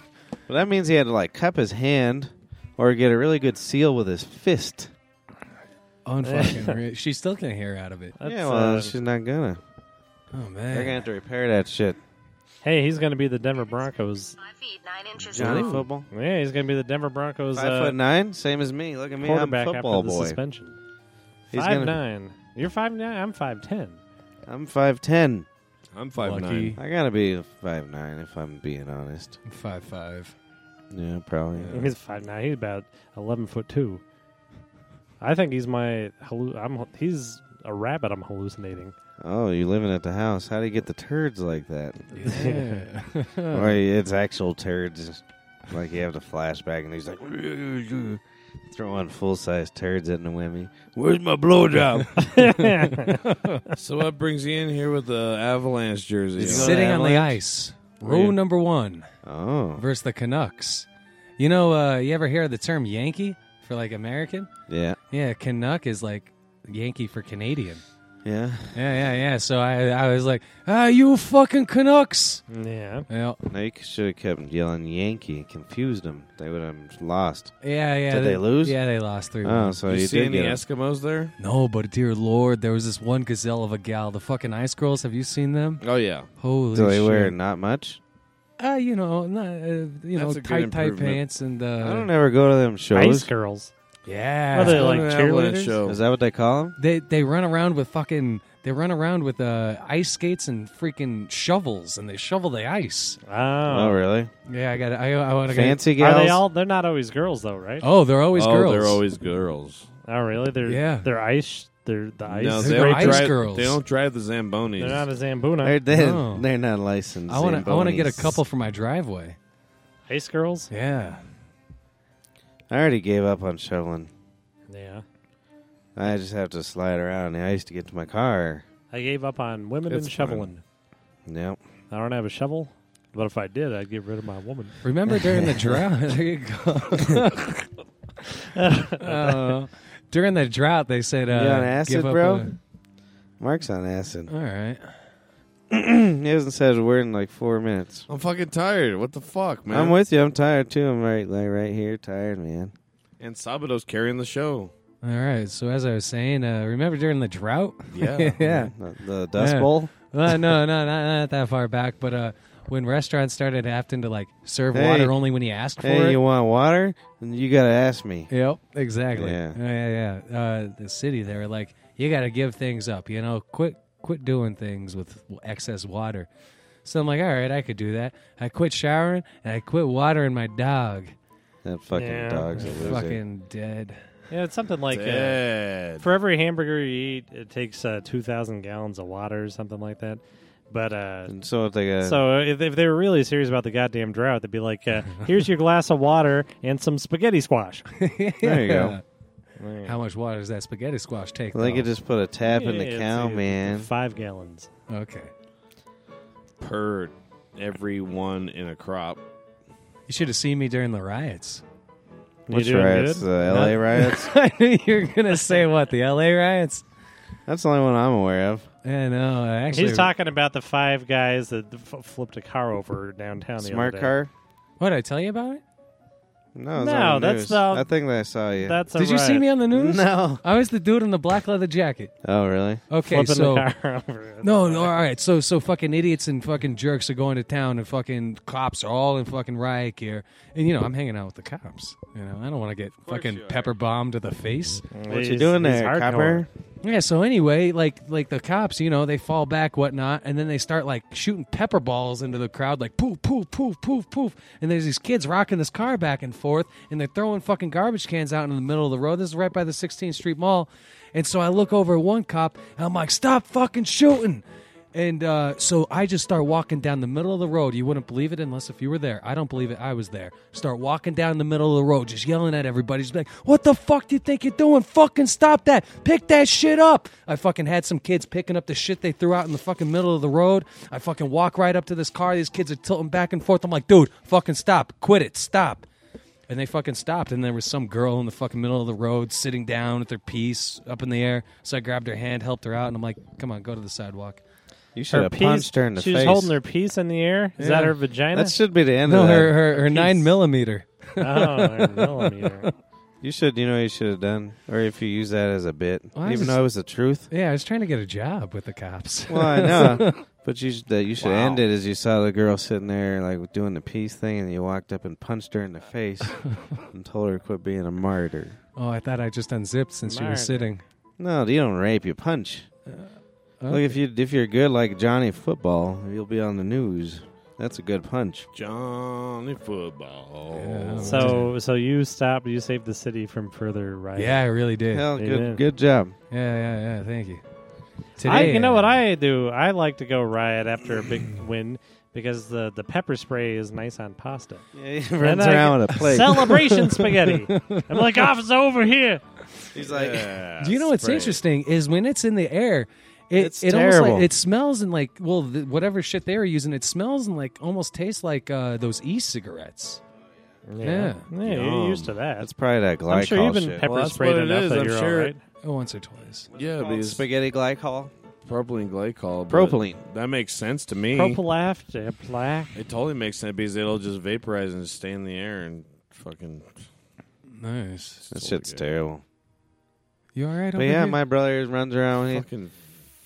that means he had to like cup his hand or get a really good seal with his fist.
Unfucking real. She still can't hear out of it.
That's,
yeah, well,
uh,
she's not gonna.
Oh,
They're gonna
man.
have to repair that shit.
hey, he's going to be the Denver Broncos.
5 feet 9 inches
Johnny
long.
football.
Yeah, he's going to be the Denver Broncos
Five
uh,
foot nine, same as me. Look at me, I'm
quarterback after
football
the
boy.
suspension.
He's
five
gonna-
nine. You're five nine. I'm five ten.
I'm five ten.
I'm five
Lucky.
nine.
I gotta be five nine if I'm being honest.
Five, five.
Yeah, probably.
Yeah.
He's five nine. He's about eleven foot two. I think he's my. Hallu- I'm. He's a rabbit. I'm hallucinating.
Oh, you're living at the house. How do you get the turds like that?
Yeah.
Or it's actual turds. Like you have the flashback, and he's like throwing full size turds at Noemi.
Where's my blowjob?
yeah,
so what brings you in here with the Avalanche jersey?
It's
on?
sit-
Sitting on the
Avalanche?
ice.
Were
Row
you-
number one.
Oh,
versus the Canucks. You know, uh, you ever hear the term Yankee for like American?
yeah,
Yeah, Canuck is like Yankee for Canadian.
yeah.
Yeah, yeah, yeah. So I, I was like, ah, you fucking Canucks.
yeah.
Yeah,
Now you should have kept yelling Yankee, confused them. They would have lost.
yeah, yeah.
Did they lose?
Yeah, they lost three.
Oh,
one.
so
you,
you,
see
did
any
get 'em.
Eskimos there?
No, but dear lord, there was this one gazelle of a gal, the fucking Ice Girls. Have you seen them?
Oh yeah.
Holy
Do they
shit!
wear not much?
uh, you know, not, uh, you know,
That's a good
tight, tight
improvement.
pants and. Uh,
I don't ever go to them
Ice
shows.
girls.
Yeah.
Are they
Go
like
to an Avalanche
cheerleaders?
show.
Is that what they call them?
They they run around with fucking they run around with uh, ice skates and freaking shovels and they shovel the ice.
Oh,
Oh, really?
Yeah, I got I I want to
Fancy
are
gals?
they all? They're not always girls though, right?
Oh, they're always
oh,
girls.
they're always girls.
Oh, really? They're
Yeah.
They're ice. They're the ice.
No,
They're
they don't
ice
drive.
girls.
They don't drive the Zambonis.
They're not a Zambuna.
They're they're,
No.
they're not licensed.
I want to I want to get a
Zambonis.
couple for my driveway.
ice girls.
Yeah.
I already gave up on shoveling.
Yeah.
I just have to slide around the ice to get to my car.
I gave up on women
It's
and shoveling.
Nope.
I don't have a shovel, but if I did, I'd get rid of my woman.
Remember during the drought? there you go. Uh, during the drought, they said, uh,
you on acid,
give up
bro?
on-
Mark's on acid.
all right.
he hasn't said a word in like four minutes.
I'm fucking tired. What the fuck, man?
I'm with you. I'm tired too. I'm right, like right here, tired, man.
and Sabado's carrying the show.
All right. So as I was saying, uh, remember during the drought?
Yeah.
yeah.
The, the Dust
Yeah.
Bowl.
Uh, no, no, not, not that far back. But uh, when restaurants started having to like serve
Hey.
water only when you asked for
Hey,
it.
you want water? And you gotta ask me.
Yep, exactly.
Yeah.
Yeah, yeah, yeah. Uh, the city, they were like, you got to give things up. You know, quit, quit doing things with excess water. So I'm like, all right, I could do that. I quit showering and I quit watering my dog.
That fucking
Yeah.
dog's a loser.
Fucking dead.
Yeah, it's something like uh,
Dead.
for every hamburger you eat, it takes uh, two thousand gallons of water or something like that. But uh,
And so it's like a
so if, if they were really serious about the goddamn drought, they'd be like, uh, "Here's your glass of water and some spaghetti squash."
there you go.
How much water does that spaghetti squash take?
Well, they
though?
could just put a tap in
Yeah,
the
it's,
cow,
uh,
man.
Five gallons.
okay.
Per everyone in a crop.
You should have seen me during the riots.
You
Which
doing
riots?
good?
The L.A. riots.
I knew you were gonna say what the L.A. riots.
That's the only one I'm aware of.
Yeah, no, actually,
He's talking about the five guys that f- flipped a car over downtown. The
Smart
other day.
car.
What did I tell you about it?
No,
No, that's
the.
the-
I think that I saw you.
That's a
Did you see
riot.
me on the news?
no.
I was the dude in the black leather jacket.
Oh, really?
Okay,
flipping
so
the car over?
No, no, all right. So, so fucking idiots and fucking jerks are going to town, and fucking cops are all in fucking riot gear. And you know, I'm hanging out with the cops. You know, I don't want to get fucking pepper bombed to the face.
What you
He's-
doing
he's
there,
hardcore.
copper?
Yeah. So anyway, like, like the cops, you know, they fall back, whatnot, and then they start like shooting pepper balls into the crowd, like poof, poof, poof, poof, poof. And there's these kids rocking this car back and forth, and they're throwing fucking garbage cans out in the middle of the road. This is right by the 16th Street Mall. And so I look over at one cop, and I'm like, "Stop fucking shooting!" And uh, so I just start walking down the middle of the road. You wouldn't believe it unless if you were there. I don't believe it. I was there. Start walking down the middle of the road, just yelling at everybody. Just like, what the fuck do you think you're doing? Fucking stop that. Pick that shit up. I fucking had some kids picking up the shit they threw out in the fucking middle of the road. I fucking walk right up to this car. These kids are tilting back and forth. I'm like, dude, fucking stop. Quit it. Stop. And they fucking stopped, and there was some girl in the fucking middle of the road sitting down with her piece up in the air. So I grabbed her hand, helped her out, and I'm like, come on, go to the sidewalk.
You should
Her
have
piece.
punched her in the
she was
face.
holding her piece in the air. Is that
Yeah.
her vagina?
that should be the end
No,
of
her
that.
her, her nine millimeter.
oh, her millimeter.
You should. You know, what you should have done, or if you use that as a bit,
Well, I
even
just-
though it was the truth.
Yeah, I was trying to get a job with the cops.
Well, I know, but you should, that you should end it as you saw the girl sitting there like doing the peace thing, and you walked up and punched her in the face and told her to quit being a martyr.
oh, I thought I just unzipped since she
Mark.
was sitting.
No, you don't rape. You punch.
Okay.
Look, if you if you're good like Johnny Football, you'll be on the news. That's a good punch.
Johnny Football.
Yeah.
So, so you stopped. You saved the city from further riots.
Yeah, I really did. Yeah,
Hell,
they
good
did.
good job.
yeah, yeah. Thank you. Today,
I, you know what I do? I like to go riot after a big win because the, the pepper spray is nice on pasta.
Yeah, he runs
I-
around with a plate.
Celebration spaghetti. I'm like, office over here.
He's like,
Do you know what's interesting is when it's in the air, it,
It's
it almost like,
terrible.
it smells and like well the, whatever shit they were using, it smells and like almost tastes like uh, those e-cigarettes. Yeah.
Yeah, you're
Yum.
used to that.
that's probably that glycol
I'm sure you've been
shit.
pepper
Well, that's
sprayed
what it
enough
is,
that
I'm
you're
sure.
all right.
Oh, once or twice.
Yeah, because
spaghetti glycol.
propylene glycol. but
Propylene.
That makes sense to me.
Propylafta, plaque.
It totally makes sense because it'll just vaporize and stay in the air and fucking.
Nice.
That
Totally
shit's
good.
terrible.
You all right?
But
over
yeah,
here?
my brother runs around. He,
Fucking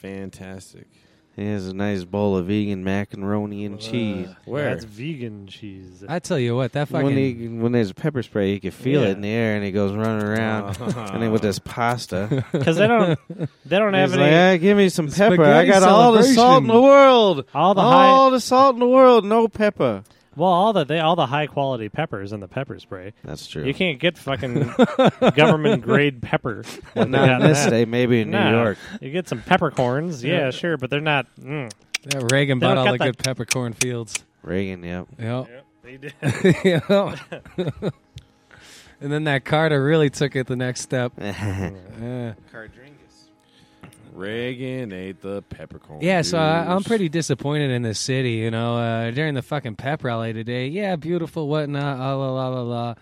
fantastic.
he has a nice bowl of vegan macaroni and cheese.
Where?
That's vegan cheese.
I tell you what, that fucking
When he when there's a pepper spray, he can feel
Yeah.
it in the air, and he goes running around, and then with this pasta,
Because they don't, they don't have
he's
any.
like, "Ah, "Give me some pepper! I
Spaghetti
got all the salt in the
celebration.
world,
All the high-
all the salt in the world, no pepper."
well, all the they all the high quality peppers in the pepper spray.
That's true.
You can't get fucking government grade pepper.
Well,
that they
not
got
in this
that.
state, maybe in
Nah,
New York.
You get some peppercorns, yeah, sure, but they're not. Mm.
yeah, Reagan
They
bought
don't
all
cut
the
that-
good peppercorn fields.
Reagan, yep.
Yep.
They did.
Yeah. and then that Carter really took it the next step. Yeah.
Reagan ate the peppercorn.
Yeah, so I, I'm pretty disappointed in this city. You know, uh, during the fucking pep rally today, yeah, beautiful, whatnot, ah, la la la la.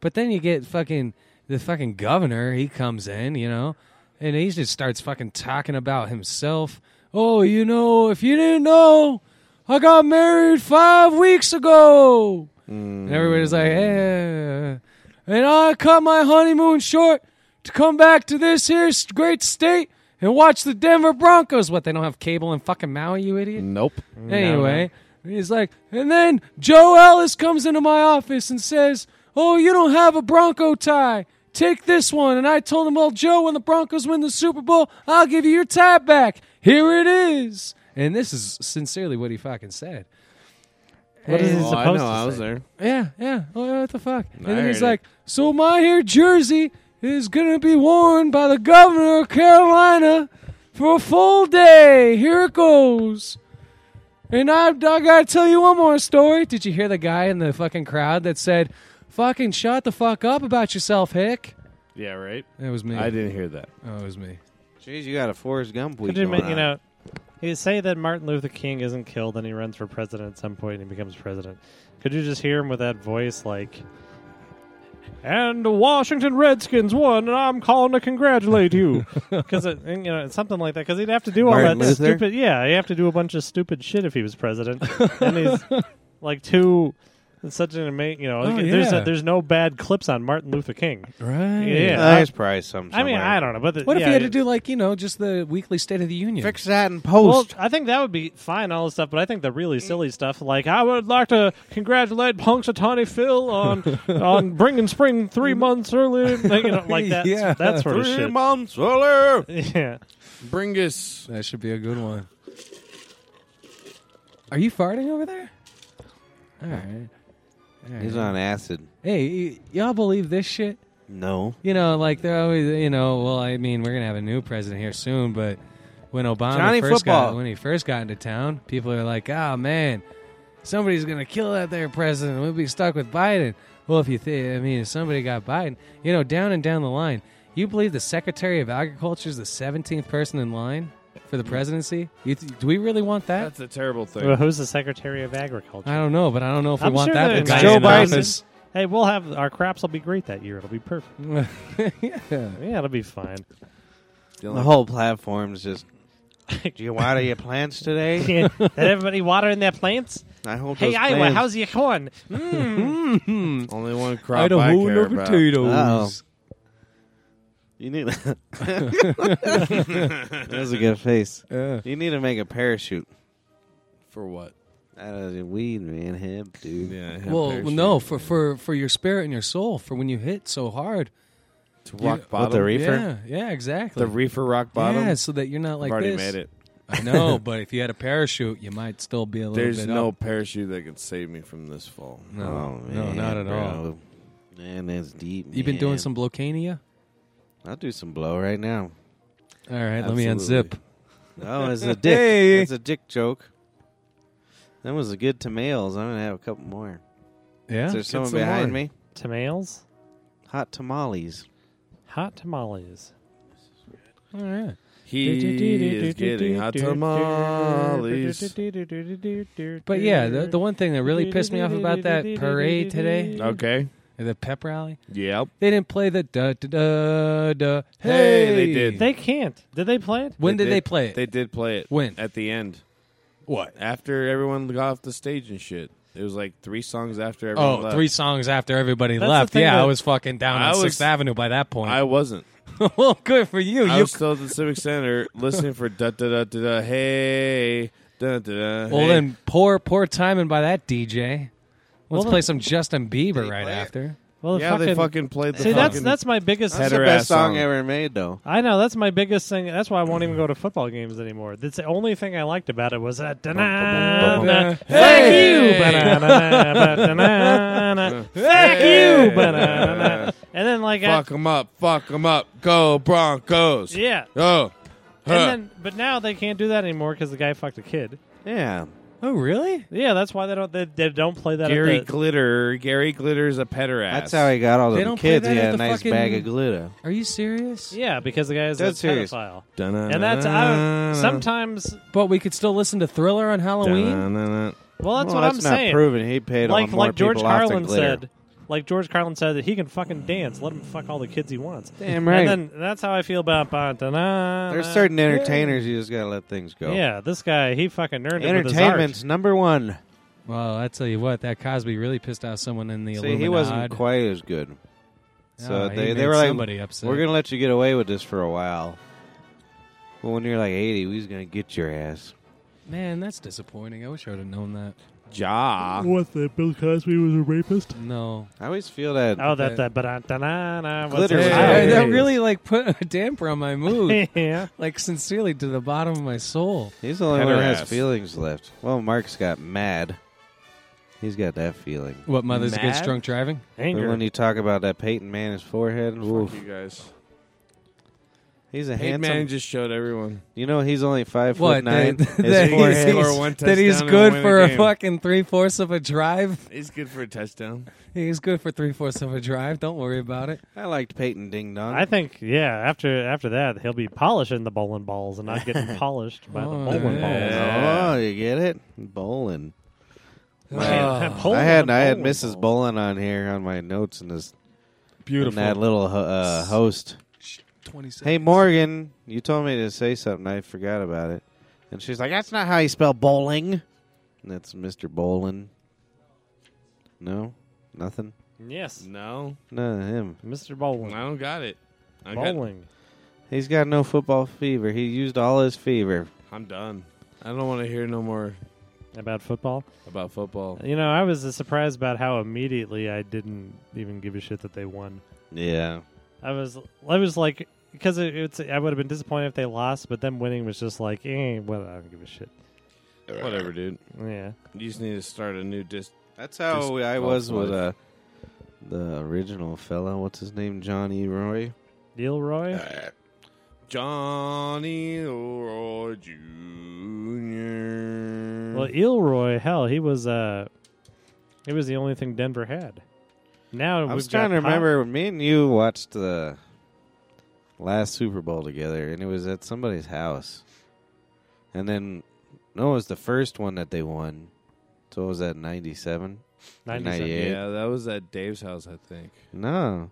But then you get fucking the fucking governor. He comes in, you know, and he just starts fucking talking about himself. Oh, you know, if you didn't know, I got married five weeks ago. And everybody's like, eh. And I cut my honeymoon short to come back to this here s- great state and watch the Denver Broncos. What, they don't have cable in fucking Maui, you idiot?
Nope.
Anyway, he's like, and then Joe Ellis comes into my office and says, oh, you don't have a Bronco tie. Take this one. And I told him, well, Joe, when the Broncos win the Super Bowl, I'll give you your tie back. Here it is. And this is sincerely what he fucking said.
What is he
And-
Oh, I
supposed
know.
to
I was
say?
there.
yeah, yeah. Oh, yeah, what the fuck? And
I
then he's
heard it.
like, so my here jersey is going to be worn by the governor of Carolina for a full day. Here it goes. And I, I gotta tell you one more story. Did you hear the guy in the fucking crowd that said, "Fucking shut the fuck up about yourself, Hick"?
Yeah, right.
It was me.
I didn't hear that.
Oh, it was me.
Jeez, you got a Forrest Gump week
Could you,
going
ma- you
on.
know, you say that Martin Luther King isn't killed and he runs for president at some point and he becomes president. Could you just hear him with that voice like, and the Washington Redskins won, and I'm calling to congratulate you, because you know it's something like that. Because he'd have to do all
Martin
that
Luther?
stupid, yeah, he'd have to do a bunch of stupid shit if he was president, and he's like too, such an amazing, you know,
Oh,
there's
yeah.
a, there's no bad clips on Martin Luther King.
Right.
Yeah.
Uh, there's probably some.
I mean,
somewhere.
I don't know, but the,
What if
yeah,
you had to do like you know just the weekly State of the Union?
Fix that in
Well,
post.
I think that would be fine, all the stuff, but I think the really silly stuff, like I would like to congratulate Punxsutawney Phil on on bringing spring three months early, like, you know, like that,
Yeah.
that sort of
Three
shit.
months earlier.
Yeah,
Bringus.
That should be a good one. Are you farting over there? All right. All right.
He's on acid.
Hey, y- y'all believe this shit?
No.
You know, like they're always, you know. Well, I mean, we're gonna have a new president here soon, but when Obama
Johnny
first got
Football.
when he first got into town, people are like, "Oh man, somebody's gonna kill that there president. We'll be stuck with Biden." Well, if you think, I mean, if somebody got Biden, you know, down and down the line, you believe the Secretary of Agriculture is the seventeenth person in line for the presidency? You th- do we really want that?
That's a terrible thing.
Uh,
well, who's the Secretary of Agriculture?
I don't know, but I don't know if
I'm
we want
sure
that.
that
the
it's
guy
Joe
in
Biden.
office.
Hey, we'll have our crops will be great that year. It'll be perfect.
yeah.
Yeah, it'll be fine.
The whole platform's just. Do you water your plants today?
Yeah. Did everybody watering their plants?
I hope.
Hey,
those
Iowa,
plants-
how's your corn? Mm.
only one crop I care about. Uh-oh. You need. That's a good face.
Yeah.
You need to make a parachute
For what?
out of the weed, man. Hemp, dude.
Yeah.
Well, no, for, for for your spirit and your soul, for when you hit so hard.
to rock
What,
bottom.
the reefer?
Yeah, yeah, exactly.
The reefer rock bottom.
Yeah, so that you're not like
I've already
this.
made it.
I know, but if you had a parachute, you might still be a little
There's
bit
no
up.
parachute that can save me from this fall.
No,
Oh, man,
no, not at all.
bro. Man, that's deep.
You've been doing
man.
some blocania?
I'll do some blow right now.
All right, let me
Absolutely.
unzip.
Oh, it's a dick.
Hey.
It's a dick joke. That was a good to males. I'm gonna have a couple more.
Yeah?
Is there
Get
someone
some
behind
more.
me?
Tamales,
Hot tamales.
hot tamales.
All right.
He is getting hot tamales.
But yeah, the, the one thing that really pissed me off about that parade today,
Okay.
or the pep rally,
Yep.
they didn't play the da da da da.
Hey, they did.
They can't. Did they play it?
When did they play it?
They did play it.
When?
At the end.
what?
After everyone got off the stage and shit. It was like three songs after everyone
Oh,
left.
three songs after everybody
That's the
left.
thing
Yeah, I
that-
was fucking down
I
on
was-
Sixth Avenue by that point.
I wasn't.
well, good for you.
I
you
was still at the Civic Center listening for da da da da da hey da da da.
well,
hey.
then poor, poor timing by that DJ. Let's
Well, then-
play some Justin Bieber right after.
Well, the
yeah, they fucking played the
See, that's
fucking.
that's my biggest.
That's the
Header ass
best song,
song.
ever made, though.
I know that's my biggest thing. That's why I won't even go to football games anymore. That's the only thing I liked about it was that. da-na-na,
bum, bum.
Fuck
Hey!
you, ba-na-na-na, ba-da-na-na, fuck
Hey!
you, ba-na-na-na. and then like I,
fuck them up, fuck them up, go Broncos.
yeah,
Oh, huh.
and then but now they can't do that anymore because the guy fucked a kid.
Yeah.
Oh, really?
Yeah, that's why they don't they, they don't play that. at
Gary
the-
Glitter. Gary Glitter's a petter ass.
That's how he got all
They
the
don't play
kids.
that
He
at
had
the
a nice
fucking-
bag of glitter.
Are you serious?
yeah, because the guy's
Dead
a
serious.
pedophile.
Da-na-na-na-na.
And that's I, sometimes.
But we could still listen to Thriller on Halloween.
Da-na-na-na.
Well, that's
Well,
what I'm
that's not
saying.
proven. He paid
like
off more
like George
people off than
Carlin
glitter.
said, like George Carlin said that he can fucking dance. Let him fuck all the kids he wants.
Damn
And
right.
then that's how I feel about Bontana.
There's certain entertainers you just gotta let things go.
Yeah, this guy he fucking earned it with his art.
Entertainment's number one.
Well, I tell you what, that Cosby really pissed off someone in the
See, he wasn't
Illuminati.
quite as good. So
Oh, he
they,
made
they were like,
somebody upset.
we're going to let you get away with this for a while. But when you're like 80, we's going to get your ass.
Man, that's disappointing. I wish I would have known that.
Ja.
What that Bill Cosby was a rapist?
No.
I always feel that.
Oh, that that Bontana was
Glitter
his
was
art.
Hey.
I- that really like put a damper on my mood.
yeah.
like sincerely to the bottom of my soul.
He's the only one
Header
that has
ass.
feelings left. Well, Mark's got mad. He's got that feeling.
What mothers against
Mad?
drunk driving?
But
Anger.
when you talk about that Peyton Manning's forehead, oof.
Fuck you guys.
He's a
Eight
handsome.
man just showed everyone.
You know he's only five
What?
foot nine.
that-
His
that
four
he's,
hits.
forehead-
Score
he's-
one
that he's
touchdown and
good
win a
for a
game.
fucking three fourths of a drive.
He's good for a touchdown.
He's good for three fourths of a drive. Don't worry about it.
I liked Peyton Ding Dong.
I think yeah. After after that, he'll be polishing the bowling balls and not getting polished by the
Oh,
bowling
yeah.
Oh, you get it? Bowling.
Oh.
balls.
I had I had Mrs. Bowling on here on my notes in this in
Beautiful.
that little ho- uh, host.
Twenty six.
Hey Morgan, you told me to say something. I forgot about it, and she's like, "That's not how you spell bowling." And that's Mr. Bowling. No, nothing.
Yes,
no,
None of him.
Mr.
I
Bowling.
don't got it. I got,
Bowling.
He's got no football fever. He used all his fever.
I'm done. I don't want to hear no more
About football.
about football.
You know, I was uh, surprised about how immediately I didn't even give a shit that they won.
Yeah.
I was, I was like, because it, it's, I would have been disappointed if they lost, but them winning was just like, eh, well, I don't give a shit.
Whatever, dude.
Yeah,
You just need to start a new disc.
That's how
Just
I was
golf
with uh, the original fella. What's his name? Johnny Roy.
Gilroy.
Johnny Leroy Jr.
Well, Elroy, hell, he was uh, he was the only thing Denver had. Now
I
we've
was trying
got
to remember. Me and you watched the last Super Bowl together, and it was at somebody's house. And then, no, it was the first one that they won. So what was that ninety-seven?
97.
Yeah.
yeah, that was at Dave's house, I think.
No,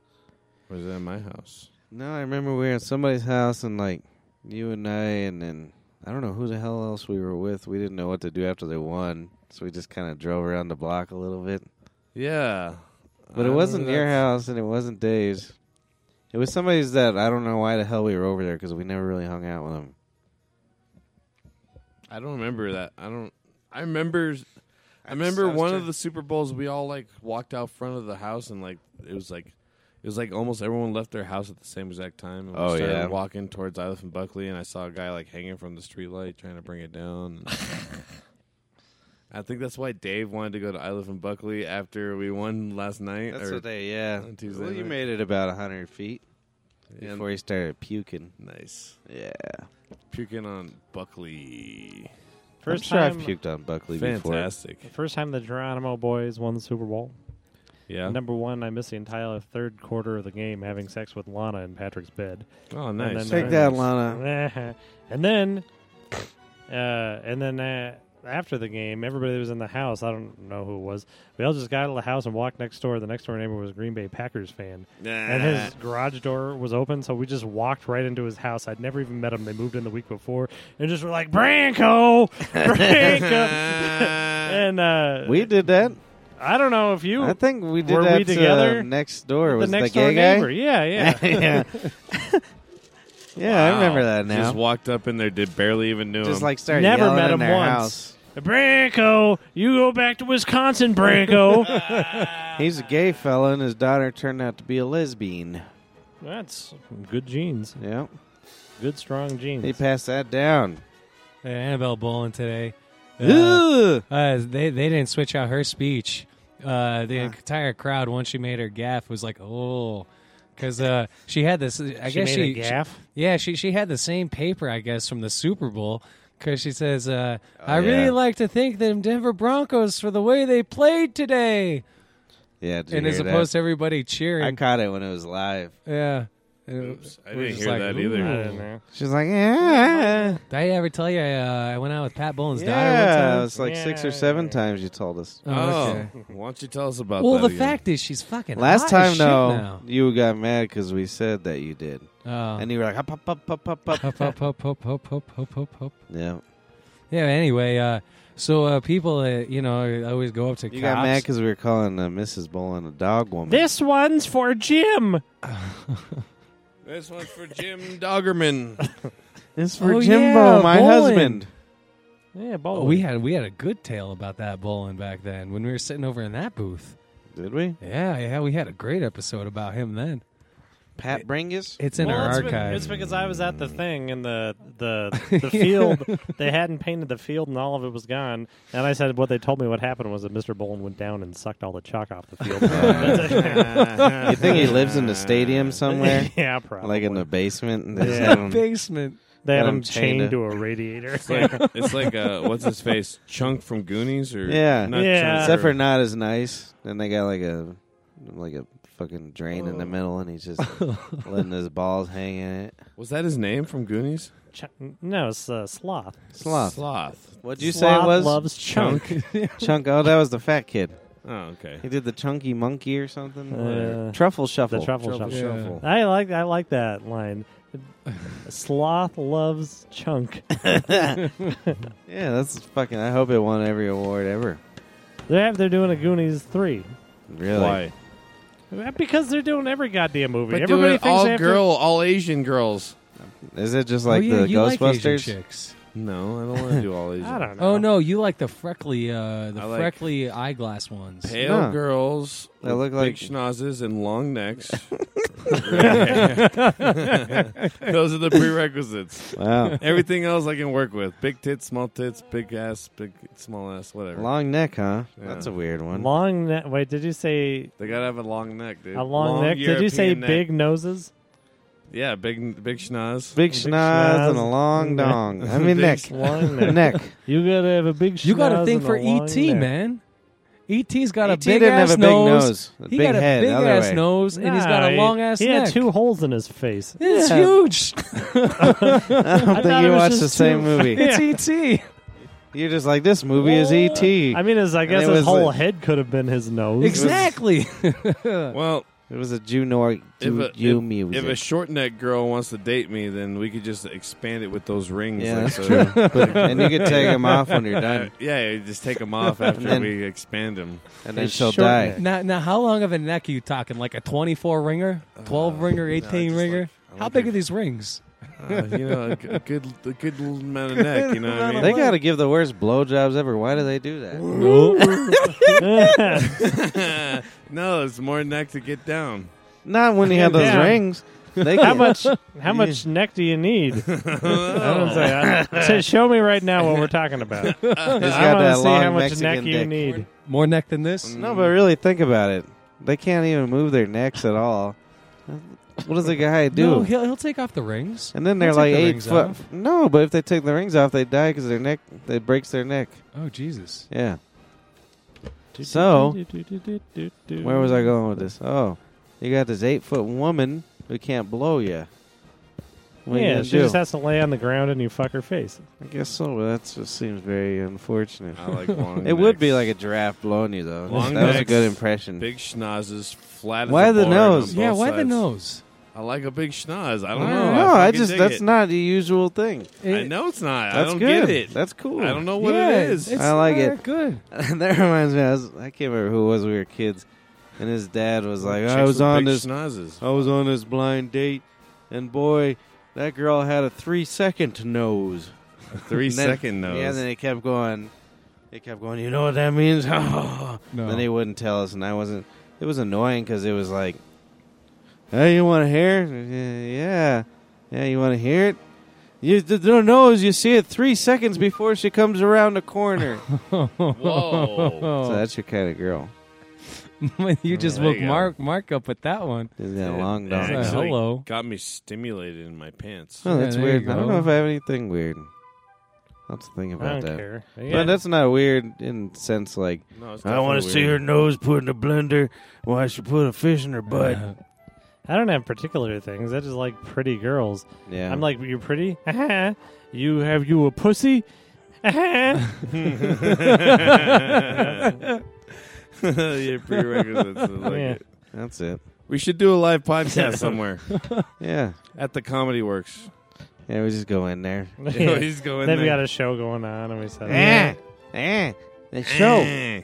Or was it at my house?
no, I remember we were at somebody's house, and like you and I, and then I don't know who the hell else we were with. We didn't know what to do after they won, so we just kind of drove around the block a little bit.
Yeah.
But it wasn't your house, and it wasn't Dave's. It was somebody's that I don't know why the hell we were over there because we never really hung out with them.
I don't remember that. I don't. I remember. I,
just-
remember
I was
one of
trying-
the Super Bowls. We all like walked out front of the house and like it was like it was like almost everyone left their house at the same exact time. And we
Oh,
started
yeah.
walking towards Isla and Buckley, and I saw a guy like hanging from the streetlight trying to bring it down. I think that's why Dave wanted to go to Isla and Buckley after we won last night.
That's
or-
what they, yeah.
on Tuesday
well, you
night.
made it about 100 feet
Yeah.
before you started puking.
nice
Yeah.
puking on Buckley.
1st
I'm sure
time,
I've puked on Buckley before.
Fantastic.
first time the Geronimo boys won the Super Bowl.
Yeah.
Number one, I missed the entire third quarter of the game having sex with Lana in Patrick's bed.
Oh, nice.
then-
Take that,
Nice.
Lana.
and then, uh, and then uh, after the game, everybody that was in the house, I don't know who it was, we all just got out of the house and walked next door. The next door neighbor was a Green Bay Packers fan. And his garage door was open, so we just walked right into his house. I'd never even met him. They moved in the week before and just were like, Branco! Branco! and uh,
We did that.
I don't know if you.
I think we did
Were we
that
together?
To, next door.
the
Was
next
the
door
gay guy?
neighbor. Yeah, yeah.
yeah. yeah, I remember that now.
Just walked up in there, did barely even knew
Just
him.
like started
Never
yelling
met
in
him
their
once.
house.
Branco, you go back to Wisconsin, Branco.
He's a gay fella, and his daughter turned out to be a lesbian.
That's good genes.
Yeah,
Good, strong
they
genes.
passed that down.
Hey, Annabelle Bolin today. Uh,
Ugh.
uh, they they didn't switch out her speech. Uh, the entire crowd, once she made her gaff, was like, "Oh," because uh, she had this. I
she
guess
made
she
a gaff.
Yeah, she she had the same paper, I guess, from the Super Bowl because she says, uh, "I
Oh, yeah.
really like to thank them Denver Broncos for the way they played today,"
yeah, did you
and
hear
as
that?
opposed to everybody
I
cheering.
caught it when it was live.
yeah.
I
We're
didn't
just
hear
like,
that
I
either. Oh,
don't know.
She's like, yeah,
Did I ever tell you I, uh, I went out with Pat Bolin's daughter
yeah. It
one time?
was like six or
Yeah.
seven times you told us.
Oh,
okay.
why don't you tell us about
Well,
that?
the
again?
fact is, she's fucking
Last
hot
time
as shit
though,
now.
you got mad because we said that you did,
Oh.
and you were like, hop, hop, hop, hop, hop, hop.
Hup, hup, hup, hup, hup, hup, hup, hup, hup.
yeah,
Yeah. Anyway, uh, so uh, people, uh, you know, always go up to
you
cops.
got mad because we were calling uh, Mrs. Bolin a dog woman.
This one's for Jim.
This one's for Jim Doggerman.
It's for
Oh,
Jimbo,
yeah,
my
Bolin.
husband.
Yeah,
Oh,
bowl.
we had we had a good tale about that bowling back then when we were sitting over in that booth.
Did we?
Yeah, yeah, we had a great episode about him then.
Pat Bringus?
It's in
Well,
our
it's be-
archive.
it's because I was at the thing and the the the field they hadn't painted the field and all of it was gone. And I said what they told me what happened was that Mr. Bolin went down and sucked all the chalk off the field. That's it.
you think he lives in the stadium somewhere?
yeah, probably.
like in the basement? And they just
Yeah.
have him-
basement.
they had
Got
him
him
chained
chained
to a radiator.
It's like it's like uh, what's his face Chunk from Goonies or
Yeah.
not
Yeah.
Chunk,
Except
or-
for not as nice. Then they got like a like a fucking drain in the middle and he's just letting his balls hang in it.
was that his name from Goonies?
Ch- no, it's uh, sloth.
Sloth.
Sloth.
What'd you say
Sloth
it was?
loves chunk.
Chunk. Oh, that was the fat kid.
Oh, okay.
He did the chunky monkey or something.
Uh,
truffle shuffle.
the truffle shuffle.
shuffle.
I like I like that line. Sloth loves chunk.
Yeah, that's fucking. I hope it won every award ever.
They have they're doing a Goonies three
Really?
Why?
because they're doing every goddamn movie.
But do
Everybody
it
thinks
all
they have to-
girl, all Asian girls.
Is it just like
oh, yeah,
the
you like Asian
Ghostbusters?
chicks.
No, I don't want to do all Asian.
I don't know.
Oh no, you like the freckly, uh, the
I like-
freckly eyeglass ones.
Pale
No.
girls
They
with
look
big
like-
schnozzes and long necks. Those are the prerequisites.
wow.
Everything else I can work with: big tits, small tits, big ass, big small ass, whatever.
Long neck, huh?
Yeah.
That's a weird one.
Long neck. Wait, did you say
They gotta have a long neck, dude.
a long, neck? Did you
European
say
neck.
big noses?
Yeah, big, big schnoz.
big
schnoz.
schnoz and a long dong. I
Big
mean neck.
Long neck.
neck.
You gotta have a big.
You got to
schnoz
think
and
for
a long
ET,
neck.
man. ET's got a
ET
big
E didn't
ass
have a big
nose.
nose, a
he
big
got a
head,
big
other
ass
way.
nose, and he's got
Nah,
a
he-
long ass
He
neck.
had two holes in his face.
It's
Yeah.
huge.
I don't
thought
think
it
you
was
watched the
just
same
two-
movie.
It's E ET.
You're just like this movie is E ET.
I mean, as I guess
it
his
was
whole
like-
head could have been his nose.
Exactly.
Well,
it was a Junor
if a,
Ju
if, if
music.
a short neck girl wants to date me, then we could just expand it with those rings.
yeah,
like
that's
the-
true. But- and you could take him off when you're
Uh,
done,
yeah, you just take them off after
And then-
we expand them.
and then
It's
she'll
short
die.
neck.
now, now, how long of a neck are you talking? Like a 24 ringer, 12 ringer, 18 ringer? how big are these rings?
Uh, you know, a, g- a good, a good little amount of neck. You know, what I mean,
They got to give the worst blowjobs ever. Why do they do that?
no, it's more neck to get down.
Not when you have those
Yeah.
rings. They
How
can-
much? How much neck do you need? I don't say. I- say, show me right now what we're talking about. I
It's got
want
that
to see
long
how much
Mexican
neck you
dick.
need.
More neck than
Um,
this?
No, but really think about it. They can't even move their necks at all. What does a guy do?
No, he'll, he'll take off the rings.
and then they're
He'll
like
take the
eight
rings
foot.
off.
No, but if they take the rings off, they die because their neck. They breaks their neck.
Oh, Jesus.
Yeah. So, Where was I going with this? Oh, you got this eight foot woman who can't blow you. What you
yeah,
gonna
she
do?
just has to lay on the ground and you fuck her face.
I guess so. But that just seems very unfortunate.
I like long.
It would be
necks.
like a giraffe blowing you though.
Long
that was a
necks,
good impression.
big schnozzes, flat.
Why
as a
the
board on
nose?
both
Yeah, why the
sides.
nose?
I like a big schnoz. I don't
I
know.
don't know.
no, I
fucking
just
dig
that's
it.
not the usual thing.
I
It-
know it's not.
That's
I don't
good.
get it.
That's cool.
I don't know what
yeah,
it is.
it's
I like
not
it.
Good.
that reminds me. I, was, I can't remember who it was. when We were kids, and his dad was like,
Chicks
"I was
with
on
big
this.
schnozzes.
I was on this blind date, and boy, that girl had a three second nose.
Three
And then-
second nose.
Yeah, then he kept going. He kept going. You know what that means? no.
No.
Then he wouldn't tell us, and I wasn't. It was annoying because it was like, "Hey, you want to hear? Yeah, yeah, yeah. You want to hear it? You d- don't know is you see it three seconds before she comes around the corner.
Whoa.
so that's your kind of girl.
you just
There you
woke
go.
Mark Mark up with that one.
She's got a
It
long dong.
Yeah,
actually
hello.
Got me stimulated in my pants.
Oh, that's
Yeah, there
weird.
you
I don't
go.
know if I have anything weird. That's the thing
I
about
don't
that.
care.
But that's not weird in sense like
No, it's
I want to
definitely
see her
weird.
nose put in a blender. Why she put a fish in
Uh,
her butt?
Uh,
I don't have particular things. I just like pretty girls.
yeah,
I'm like, you're pretty. Uh-huh. You have you a pussy. Uh-huh.
Your prerequisites. I like
Yeah.
it.
that's it.
We should do a live podcast somewhere
Yeah,
at the Comedy Works.
yeah. We just go in there.
Yeah.
He's going
Then
there.
we got a show going on, and we said,
Eh, eh. They show.
Eh.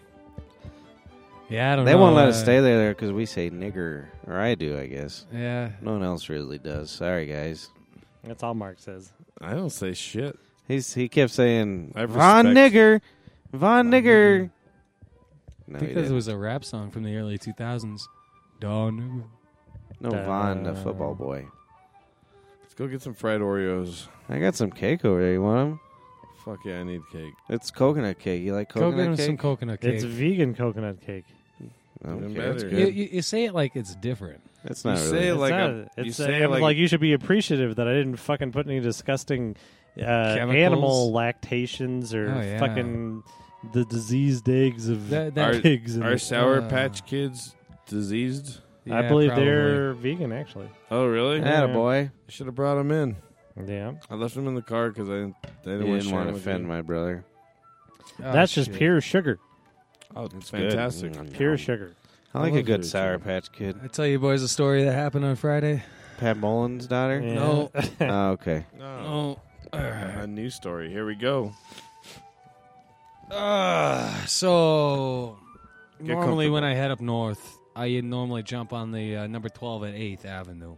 Yeah, I don't
They
know.
won't let
uh,
us stay there because we say nigger, or I do, I guess.
Yeah.
No one else really does. Sorry, guys.
that's all Mark says.
I don't say shit.
He's he kept saying
I
Von
respect-
nigger, Von nigger. No,
I
he
think that
didn't.
was a rap song from the early 2000s. Dawn.
No Vaughn, the football boy.
Let's go get some fried Oreos.
I got some cake over there. You want them?
Fuck yeah, I need cake.
It's coconut cake. You like
Go get
coconut
him
cake?
some coconut cake.
It's vegan coconut cake.
Okay,
Even
that's
better.
you,
good.
you, you say it like it's different.
That's not
you
really.
say it
it.
like
it's
a-
not-
you
it's-
say
it was
like-
like you should be appreciative that I didn't fucking put any disgusting uh,
Chemicals?
animal lactations or
Oh, yeah.
fucking the diseased eggs of
That- that-
Our-
pigs. and-
Are Sour
Uh.
Patch Kids diseased?
I
Yeah,
believe
probably.
they're vegan actually.
Oh, really?
Yeah.
boy.
Should have brought them in.
Yeah,
I left them in the car because I didn't, I
You
didn't,
didn't
want to
offend my brother.
Oh,
that's just
shit.
pure sugar,
Oh, it's fantastic.
Mm,
pure
nom.
sugar.
I like
I
a
love
good
food,
Sour
too.
Patch Kid.
I tell you boys a story that happened on Friday.
Pat Mullen's daughter.
Yeah.
No.
Oh, okay.
No.
Oh, all right.
A new story. Here we go.
Uh, so
Get
normally when
comfortable.
I head up north, I normally jump on the uh, number 12 at 8th Avenue.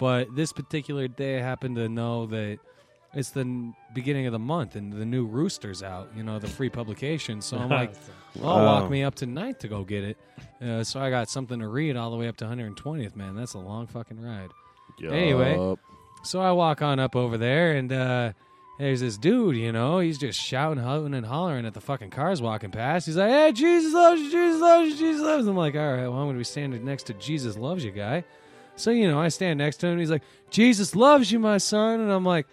But this particular day, I happened to know that it's the n- beginning of the month and the new rooster's out, you know, the free publication. So I'm like, well, I'll
Oh.
walk me up to 9th to go get it. Uh, so I got something to read all the way up to 120th, man. That's a long fucking ride. Anyway.
Yup.
So I walk on up over there, and uh, there's this dude, you know, he's just shouting, hooting, and hollering at the fucking cars walking past. He's like, hey, Jesus loves you, Jesus loves you, Jesus loves you. I'm like, all right, well, I'm going to be standing next to Jesus loves you guy. So, you know, I stand next to him, and he's like, Jesus loves you, my son. And I'm like,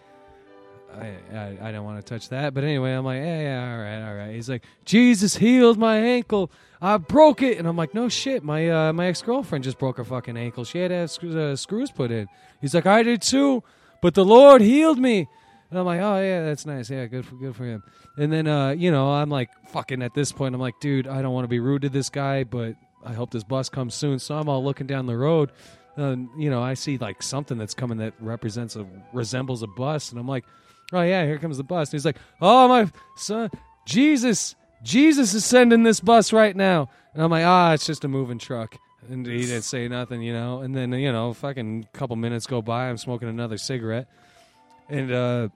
I, I, I don't want to touch that. But anyway, I'm like, yeah, yeah, all right, all right. He's like, Jesus healed my ankle. I broke it. And I'm like, no shit. My uh, my ex girlfriend just broke her fucking ankle. She had to have screws, uh, screws put in. He's like, I did too, but the Lord healed me. And I'm like, oh yeah, that's nice. Yeah, good for good for him. And then uh, you know, I'm like, fucking at this point, I'm like, dude, I don't want to be rude to this guy, but I hope this bus comes soon. So I'm all looking down the road. And, you know, I see like something that's coming that represents a resembles a bus, and I'm like, oh yeah, here comes the bus. And he's like, oh my son, Jesus, Jesus is sending this bus right now. And I'm like, ah, it's just a moving truck. And he didn't say nothing, you know. And then you know, fucking couple minutes go by. I'm smoking another cigarette, and uh,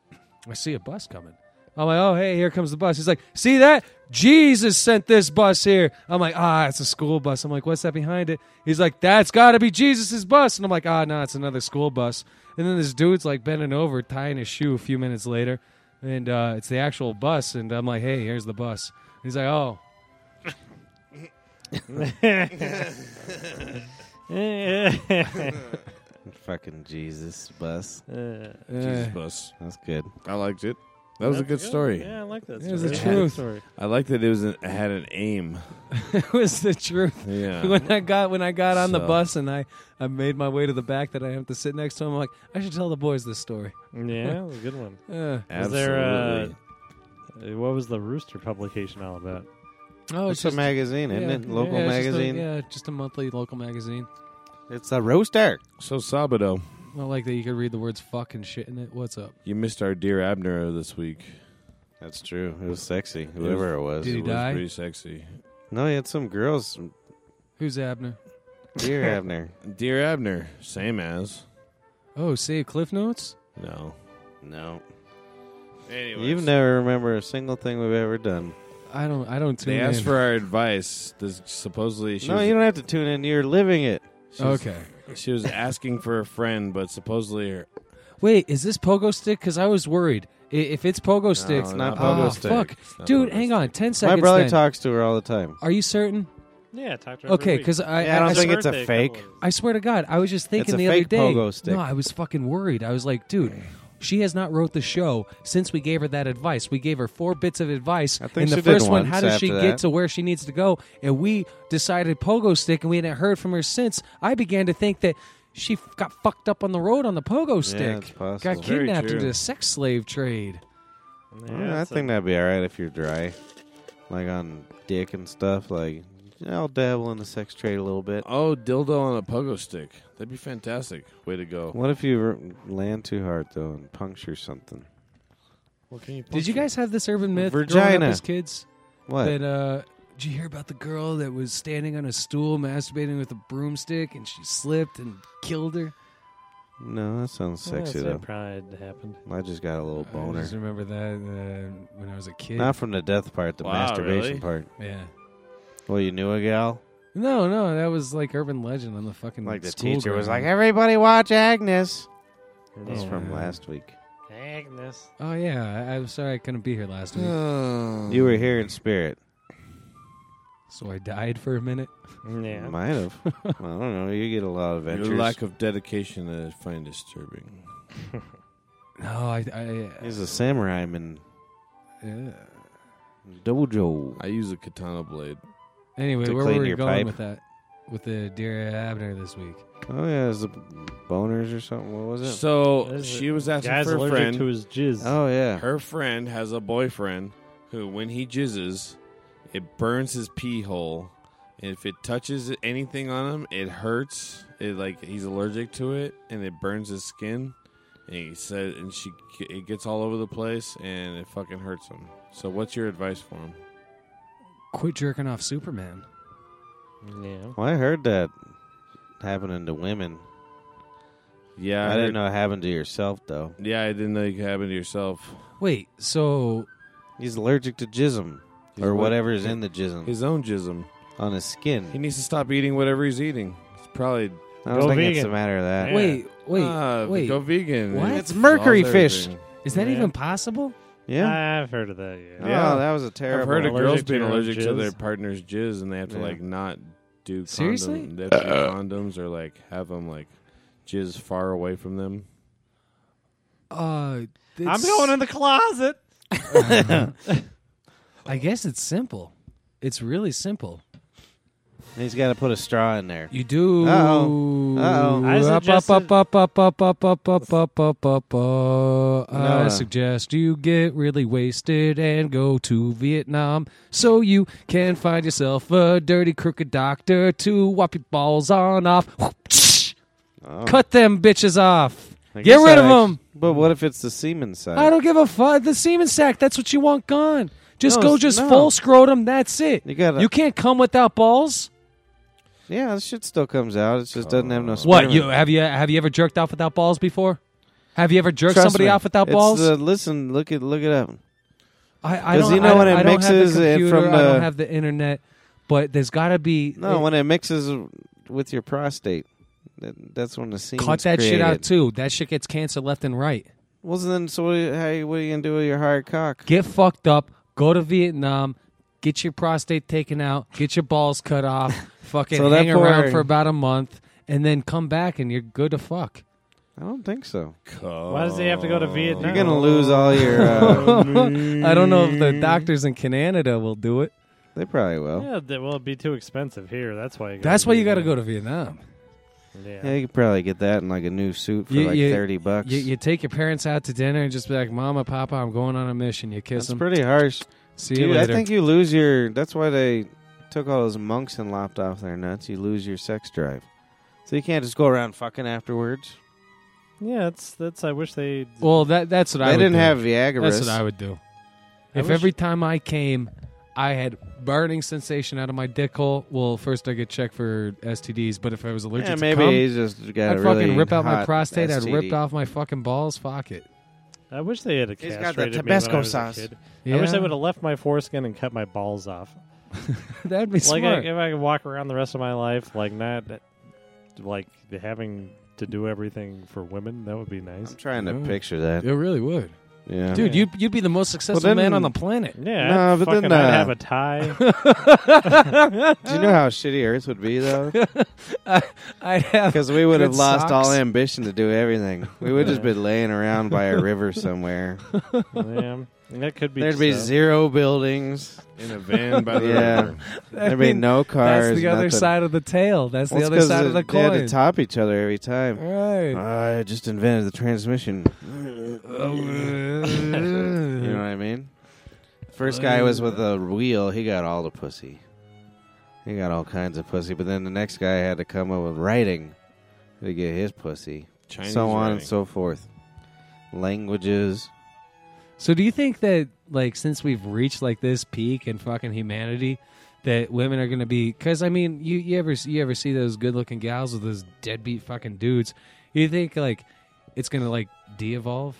I see a bus coming. I'm like, oh hey, here comes the bus. He's like, see that? Jesus sent this bus here. I'm like, ah, it's a school bus. I'm like, what's that behind it? He's like, that's got to be Jesus's bus. And I'm like, ah, no, it's another school bus. And then this dude's like bending over, tying his shoe. A few minutes later, and uh, it's the actual bus. And I'm like, hey, here's the bus. He's like, oh,
Fucking Jesus bus.
That
Jesus
eh.
bus.
That's good.
I liked it. That was a good story.
Yeah, I like that.
It was the
story. I like that
truth.
story.
I like that it was an, it had an aim.
it was the truth.
Yeah.
when I got when I got on the
So-
bus and I, I made my way to the back that I have to sit next to him. I'm like, I should tell the boys this story.
Yeah, it was a good one.
Uh,
Was
Absolutely.
there, uh, uh, what was the rooster publication all about?
oh,
It's a magazine, isn't it? Local magazine.
yeah, just a monthly local magazine.
It's a roaster.
so Sabado,
Well, like that you could read the words "fuck" and "shit" in it. What's up?
you missed our dear Abner this week.
That's true. It was sexy. Whoever it was.
Did he
it was
die?
pretty sexy.
No, he had some girls.
Who's Abner?
Dear Abner.
Dear Abner, same as.
Oh, save Cliff Notes.
No.
No.
Anyway,
You never remember a single thing we've ever done.
I don't. I don't tune
they
in.
asked for our advice. This supposedly she
no,
was
you don't have to tune in. You're living it.
she was-
okay.
She was asking for a friend, but supposedly her.
Wait, is this Pogo Stick? Because I was worried. I- If it's Pogo Stick,
it's not
oh,
Pogo Stick.
fuck,
It's not
dude,
Pogo
hang on, ten
My
seconds.
brother
then.
talks to her all the time.
Are you certain?
Yeah, talk to her every
Okay,
week.
because I,
Yeah, I don't
I
think
Her
it's a
birthday
fake.
couple
I swear to God, I was just thinking
a
the other
fake
day.
pogo stick.
No, I was fucking worried. I was like, dude, she has not wrote the show since we gave her that advice. We gave her four bits of advice.
I think
and the
she did
first one,
once
how does she
after
get
that.
to where she needs to go? And we decided pogo stick, and we hadn't heard from her since. I began to think that she f- got fucked up on the road on the pogo
it's
stick.
possible.
got
Very
kidnapped
true.
into the sex slave trade.
is.
Yeah,
Yeah,
I
that's a-
think that'd be all right if you're dry, like on dick and stuff. Like, yeah, I'll dabble in the sex trade a little bit.
Oh, dildo on a pogo stick. That'd be fantastic. Way to go.
What if you r- land too hard though and puncture something?
Well, can you
Did you guys have this urban myth growing
Virginia.
up as kids?
What?
That uh did you hear about the girl that was standing on a stool masturbating with a broomstick and she slipped and killed her?
no, that sounds sexy
Yeah,
though.
that probably happened.
I just got a little
I
boner.
just remember that uh, when I was a kid.
Not from the death part, the
Wow,
masturbation
really?
part.
yeah.
Well, you knew a gal.
No, no, that was like urban legend on the fucking.
Like the
school
teacher was like,
ground.
"Everybody watch Agnes." That's
Oh,
from
yeah.
last week.
Agnes.
"Oh yeah, I, I'm sorry I couldn't be here last
Uh.
week,
Oh.
You were here in spirit.
so I died for a minute."
Yeah.
Might have. I don't know. You get a lot of
Your
adventures.
lack of dedication I find disturbing.
No, I, I,
He's a samurai man.
yeah.
Dojo.
I use a katana blade.
Anyway,
To
where
clean
were we
your
going
pipe.
with that? With the Dear Abner this week?
Oh yeah, it was the boners or something. What was it?
So
There's
she
a-
was asking
Guy's
for a
allergic
friend.
to his jizz.
oh yeah.
Her friend has a boyfriend who, when he jizzes, it burns his pee hole. And if it touches anything on him, it hurts. It like he's allergic to it, and it burns his skin. And he said, and she, it gets all over the place, and it fucking hurts him. So, what's your advice for him?
Quit jerking off Superman.
Yeah.
Well, I heard that happening to women.
Yeah,
I,
heard-
didn't know it happened to yourself though.
Yeah, I didn't know you could happen to yourself.
Wait, so
He's allergic to jism
He's
or
what-
whatever is in the jism
His own jism.
on his skin.
He needs to stop eating whatever he's eating. It's probably
I don't
Go
think it's a
vegan.
matter of that.
Yeah.
wait, wait,
Uh,
Ah,
wait.
Go vegan.
What?
It
It's mercury
solves
fish.
everything.
Is that
Yeah.
even possible?
Yeah.
I've heard of that. Yeah.
Yeah.
Oh, that was a
I've
terrible.
heard of
Allergic
girls
to
being
your own
allergic to
jizz?
their partner's jizz, and they have to
Yeah.
like not do condom.
Seriously?
They have to do
Uh-uh.
condoms or like have them like jizz far away from them.
Uh,
Oh,
I'm going in the closet.
I guess it's simple. It's really simple.
He's got to put a straw in there.
You do.
Uh-oh. Uh-oh.
I
Up,
suggested-
up, up, up, up, up, up, up, up, up, up, up. I
No.
suggest you get really wasted and go to Vietnam so you can find yourself a dirty, crooked doctor to whop your balls on off.
Oh.
Cut them bitches off.
I
Get
guess
rid
that
of
actu-
them.
But what if it's the semen side?
I don't give a fuck. The semen sack. That's what you want gone. Just
No,
go,
it's-
just
no.
full scrotum. That's it.
You gotta-
You can't come without balls.
Yeah, this shit still comes out. It just doesn't have no. Sperm
What
in
you
it.
have you have you ever jerked off without balls before? Have you ever jerked
Trust
somebody
me.
off without
It's
balls?
the- listen, look it, look it up.
I, I
'cause
don't
you know
I,
when it
I don't have the
mixes it
computer,
from
I don't
the-
have the internet, but there's got to be
No,
it-
when it mixes with your prostate, that, that's when the semen's
cut that shit out
created.
too. That shit gets cancer left and right.
Well, then, so what, how, you- what are you gonna do with your hard cock?
Get fucked up. Go to Vietnam. Get your prostate taken out. Get your balls cut off. fucking
So that
hang
poor-
around for about a month, and then come back and you're good to fuck.
I don't think so.
Why does he have to go to Vietnam? Oh.
You're
Oh.
gonna lose all your. Uh,
I don't know if
Mm.
the doctors in Canada will do it.
they probably will.
Yeah, that, well, it'd be too expensive here. That's why. You gotta
That's why you got to
Vietnam.
go to Vietnam.
Yeah,
Yeah.
you could probably get that in like a new suit for
You-
like
you-
thirty bucks.
You, you take your parents out to dinner and just be like, "Mama, Papa, I'm going on a mission." You kiss
that's
them.
pretty harsh,
See you
dude. I
later.
think you lose your. That's why they took all those monks and lopped off their nuts. You lose your sex drive, so you can't just go around fucking afterwards.
Yeah, that's that's. I wish they.
well, that that's what I
they
would
didn't
do.
have Viagra.
That's what I would do.
I
if
wish-
every time I came, I had burning sensation out of my dick hole. Well, first I get checked for STDs, but if I was allergic
yeah,
to
maybe
cum,
he's just got
I'd
a
fucking
really
rip out my
hot
prostate. I'd
STD.
ripped off my fucking balls. Fuck it.
I wish they had a
He's got the
castrated me
Tabasco
when I was a
sauce.
kid.
Yeah,
I wish they would have left my foreskin and cut my balls off.
That'd be
like
smart.
I, if I could walk around the rest of my life like not like having to do everything for women, that would be nice.
I'm trying to
Yeah.
picture that.
it really would,
Yeah,
dude. You you'd be the most successful
then-
man on the planet.
Yeah,
No,
I'd
but then,
fucking- I'd
uh,
have a tie.
Do you know how shitty Earth would be though?
I'd have
Because we would have
Good
lost all
socks.
ambition to do everything. We would just been laying around by a river somewhere.
yeah, that could be.
There'd be
so.
zero buildings.
In a van by the
Yeah.
river.
There'd be no cars.
That's the other
nothing.
side of the tail. That's
Well,
the
it's
other
'cause
side of
they-
the coin.
They had to top each other every time.
right.
I just invented the transmission. You know what I mean? First guy was with a wheel. He got all the pussy. He got all kinds of pussy. But then the next guy had to come up with writing to get his pussy.
Chinese
so on and
writing.
so forth. Languages.
So do you think that like since we've reached like this peak in fucking humanity that women are going to be cuz I mean you you ever you ever see those good-looking gals with those deadbeat fucking dudes you think like it's going to like de-evolve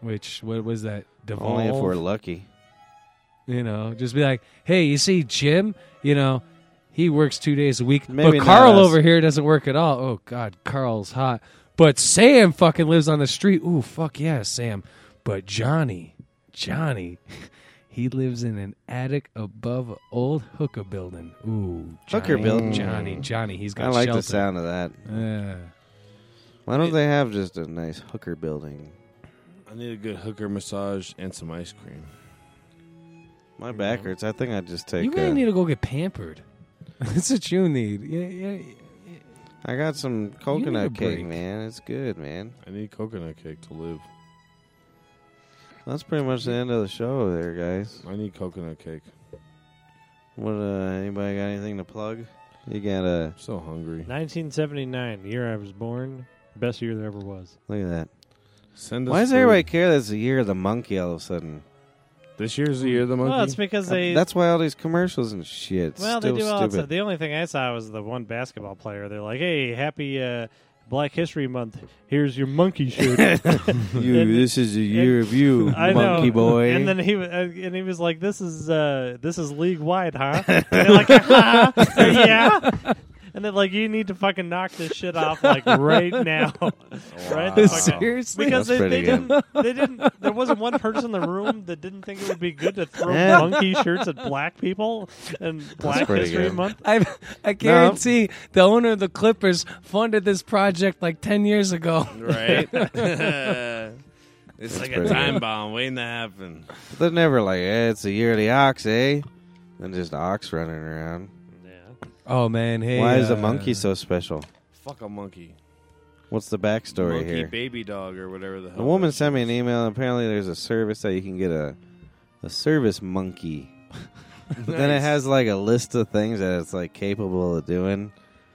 which what was that devolve
Only if we're lucky.
you know just be like hey you see Jim you know He works two days a week.
Maybe
but
not
Carl
us.
over here doesn't work at all. Oh God, Carl's hot. But Sam fucking lives on the street. Ooh, fuck yeah, Sam. But Johnny, Johnny, he lives in an attic above an old hooker building. Ooh, Johnny,
Hooker building.
Johnny, Johnny. He's got
I like
shelter.
the sound of that.
Yeah.
Why don't they have just a nice hooker building?
I need a good hooker massage and some ice cream.
My back hurts. I think I just take.
you really
uh,
need to go get pampered. That's what you need. Yeah, yeah.
I got some
a
coconut cake,
break.
man. It's good, man.
I need coconut cake to live.
That's pretty much the end of the show, there, guys.
I need coconut cake.
What? Uh, anybody got anything to plug? You got uh, a
I'm so hungry.
1979, the year I was born, best year there ever was.
look at that.
Send us.
Why does
food.
everybody care? That's the year of the monkey. All of a sudden,
This year's the year of the monkey.
Well, it's because they.
that's why all these commercials and shit. It's
well, they
still
do all that
stupid.
stuff. The only thing I saw was the one basketball player. They're like, "Hey, happy uh, Black History Month. Here's your monkey shirt."
you,
And-
this is the year of you,
I
monkey
know.
boy.
And then he wa- uh, and he was like, "This is uh, this is league wide, huh?" And they're like, "Uh-huh. "Yeah." And then like, "You need to fucking knock this shit off like right now." Right?
Wow.
Fucking-
Seriously?
Because
That's
they, they
pretty good.
didn't, they didn't. There wasn't one person in the room that didn't think it would be good to throw
Yeah.
monkey shirts at black people and Black
pretty
History
good.
Month.
I I guarantee the owner of the Clippers funded this project like ten years ago.
right? it's like a
pretty
time
good.
bomb waiting to happen.
But they're never like, eh, it's the year of the ox, eh? And just ox running around.
Oh man, hey,
Why is a
uh,
monkey so special?
Fuck a monkey.
What's the backstory
monkey
here?
baby dog or whatever the hell.
The woman
that
sent me an e-
shit
email. And apparently, there's a service that you can get a a service monkey.
is.
But Then it
Nice.
has like a list of things that it's like capable of doing.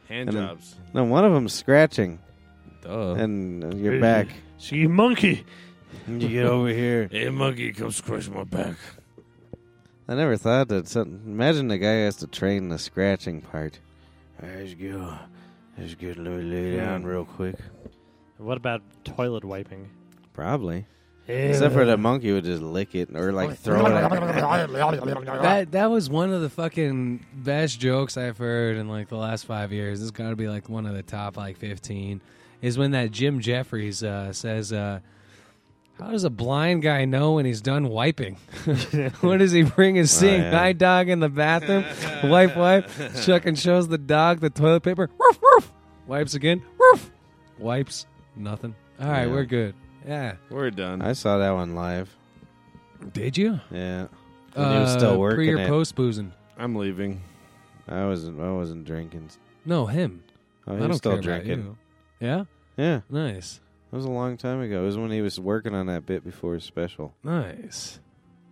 hand
and then-
jobs.
No, one of them's scratching, Oh.
Duh.
and your
Hey.
back.
See, monkey.
You get over here.
hey monkey, come scratch my back.
I never thought that. Something, imagine the guy has to train the scratching part. Hmm. Let's go. Let's get let me lay down real quick.
What about toilet wiping?
Probably. Except for the monkey would just lick it or like throw it.
That that was one of the fucking best jokes I've heard in like the last five years. It's got to be like one of the top like fifteen. Is when that Jim Jeffries uh, says, uh, "How does a blind guy know when he's done wiping? what does he bring his seeing
Oh, yeah.
eye dog in the bathroom? wipe, wipe. Chuck and shows the dog the toilet paper. Woof, woof. Wipes again. Woof. Wipes. Nothing. All right,
Yeah.
we're good. Yeah.
We're done.
I saw that one live.
Did you? Uh,
Yeah. And he was still working
Pre or
it.
post boozing?
I'm leaving.
I wasn't. I wasn't drinking.
No, him.
Oh,
I
he
don't
was still
care
drinking.
about you. Yeah.
Yeah,
Nice,
it was a long time ago. It was when he was working on that bit before his special.
nice.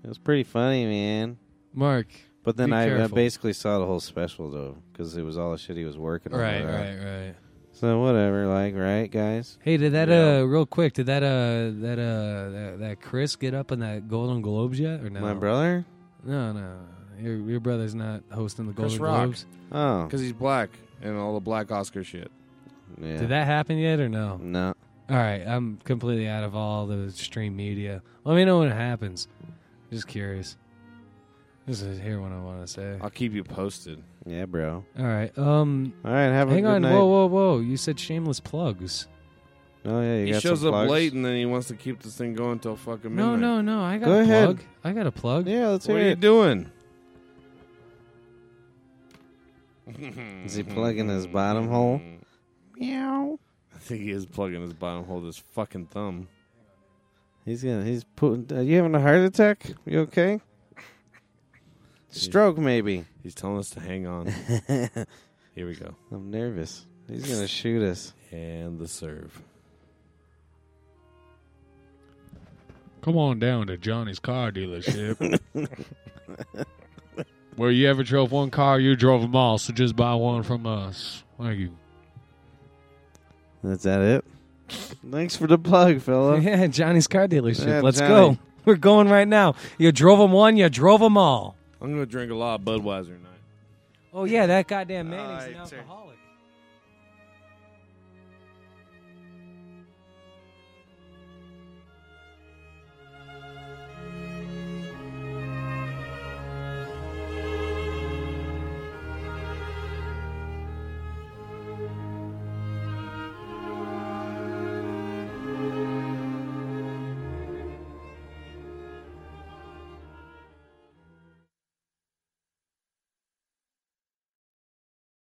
It was pretty funny, man.
Mark,
But then
Be
I, I
careful.
basically saw the whole special though, because it was all the shit he was working
right,
on.
right, right.
So whatever, like, right, guys.
Hey, did that
Yeah.
uh real quick? Did that uh that uh that, that Chris get up in that Golden Globes yet or no?
My brother.
No, no. Your your brother's not hosting the
Chris
Golden
Rock.
Globes.
Oh,
Because he's black and all the black Oscar shit.
yeah. Mm.
Did that happen yet or no?
No.
All right, I'm completely out of all the stream media. Let me know when it happens. Just curious. Just to hear what I want to say.
Uh,
I'll keep you posted.
Yeah, bro.
All right. Um,
All right, have
hang
a good
on.
night.
Whoa, whoa, whoa! You said shameless plugs.
Oh yeah, you
He
got
shows
some
up
plugs?
late and then he wants to keep this thing going till fucking
No,
midnight.
no, no! I got
Go
a
ahead.
plug. I got a plug.
Yeah, let's
What
hear
are you
it.
doing?
Is he plugging his bottom hole? Meow.
I think he is plugging his bottom hole with his fucking thumb.
He's gonna. He's putting. Are you having a heart attack? You okay? Stroke maybe.
He's telling us to hang on. Here we go.
I'm nervous. He's gonna shoot us.
And the serve.
Come on down to Johnny's car dealership. Where you ever drove one car, you drove them all, so just buy one from us. Thank you.
That's that it. Thanks for the plug, fella.
Yeah, Johnny's car dealership.
Yeah,
Let's
Johnny.
go. We're going right now. You drove them one, you drove them all.
I'm going to drink a lot of Budweiser tonight.
Oh, yeah, that goddamn man
All
is
right,
an
sir.
alcoholic.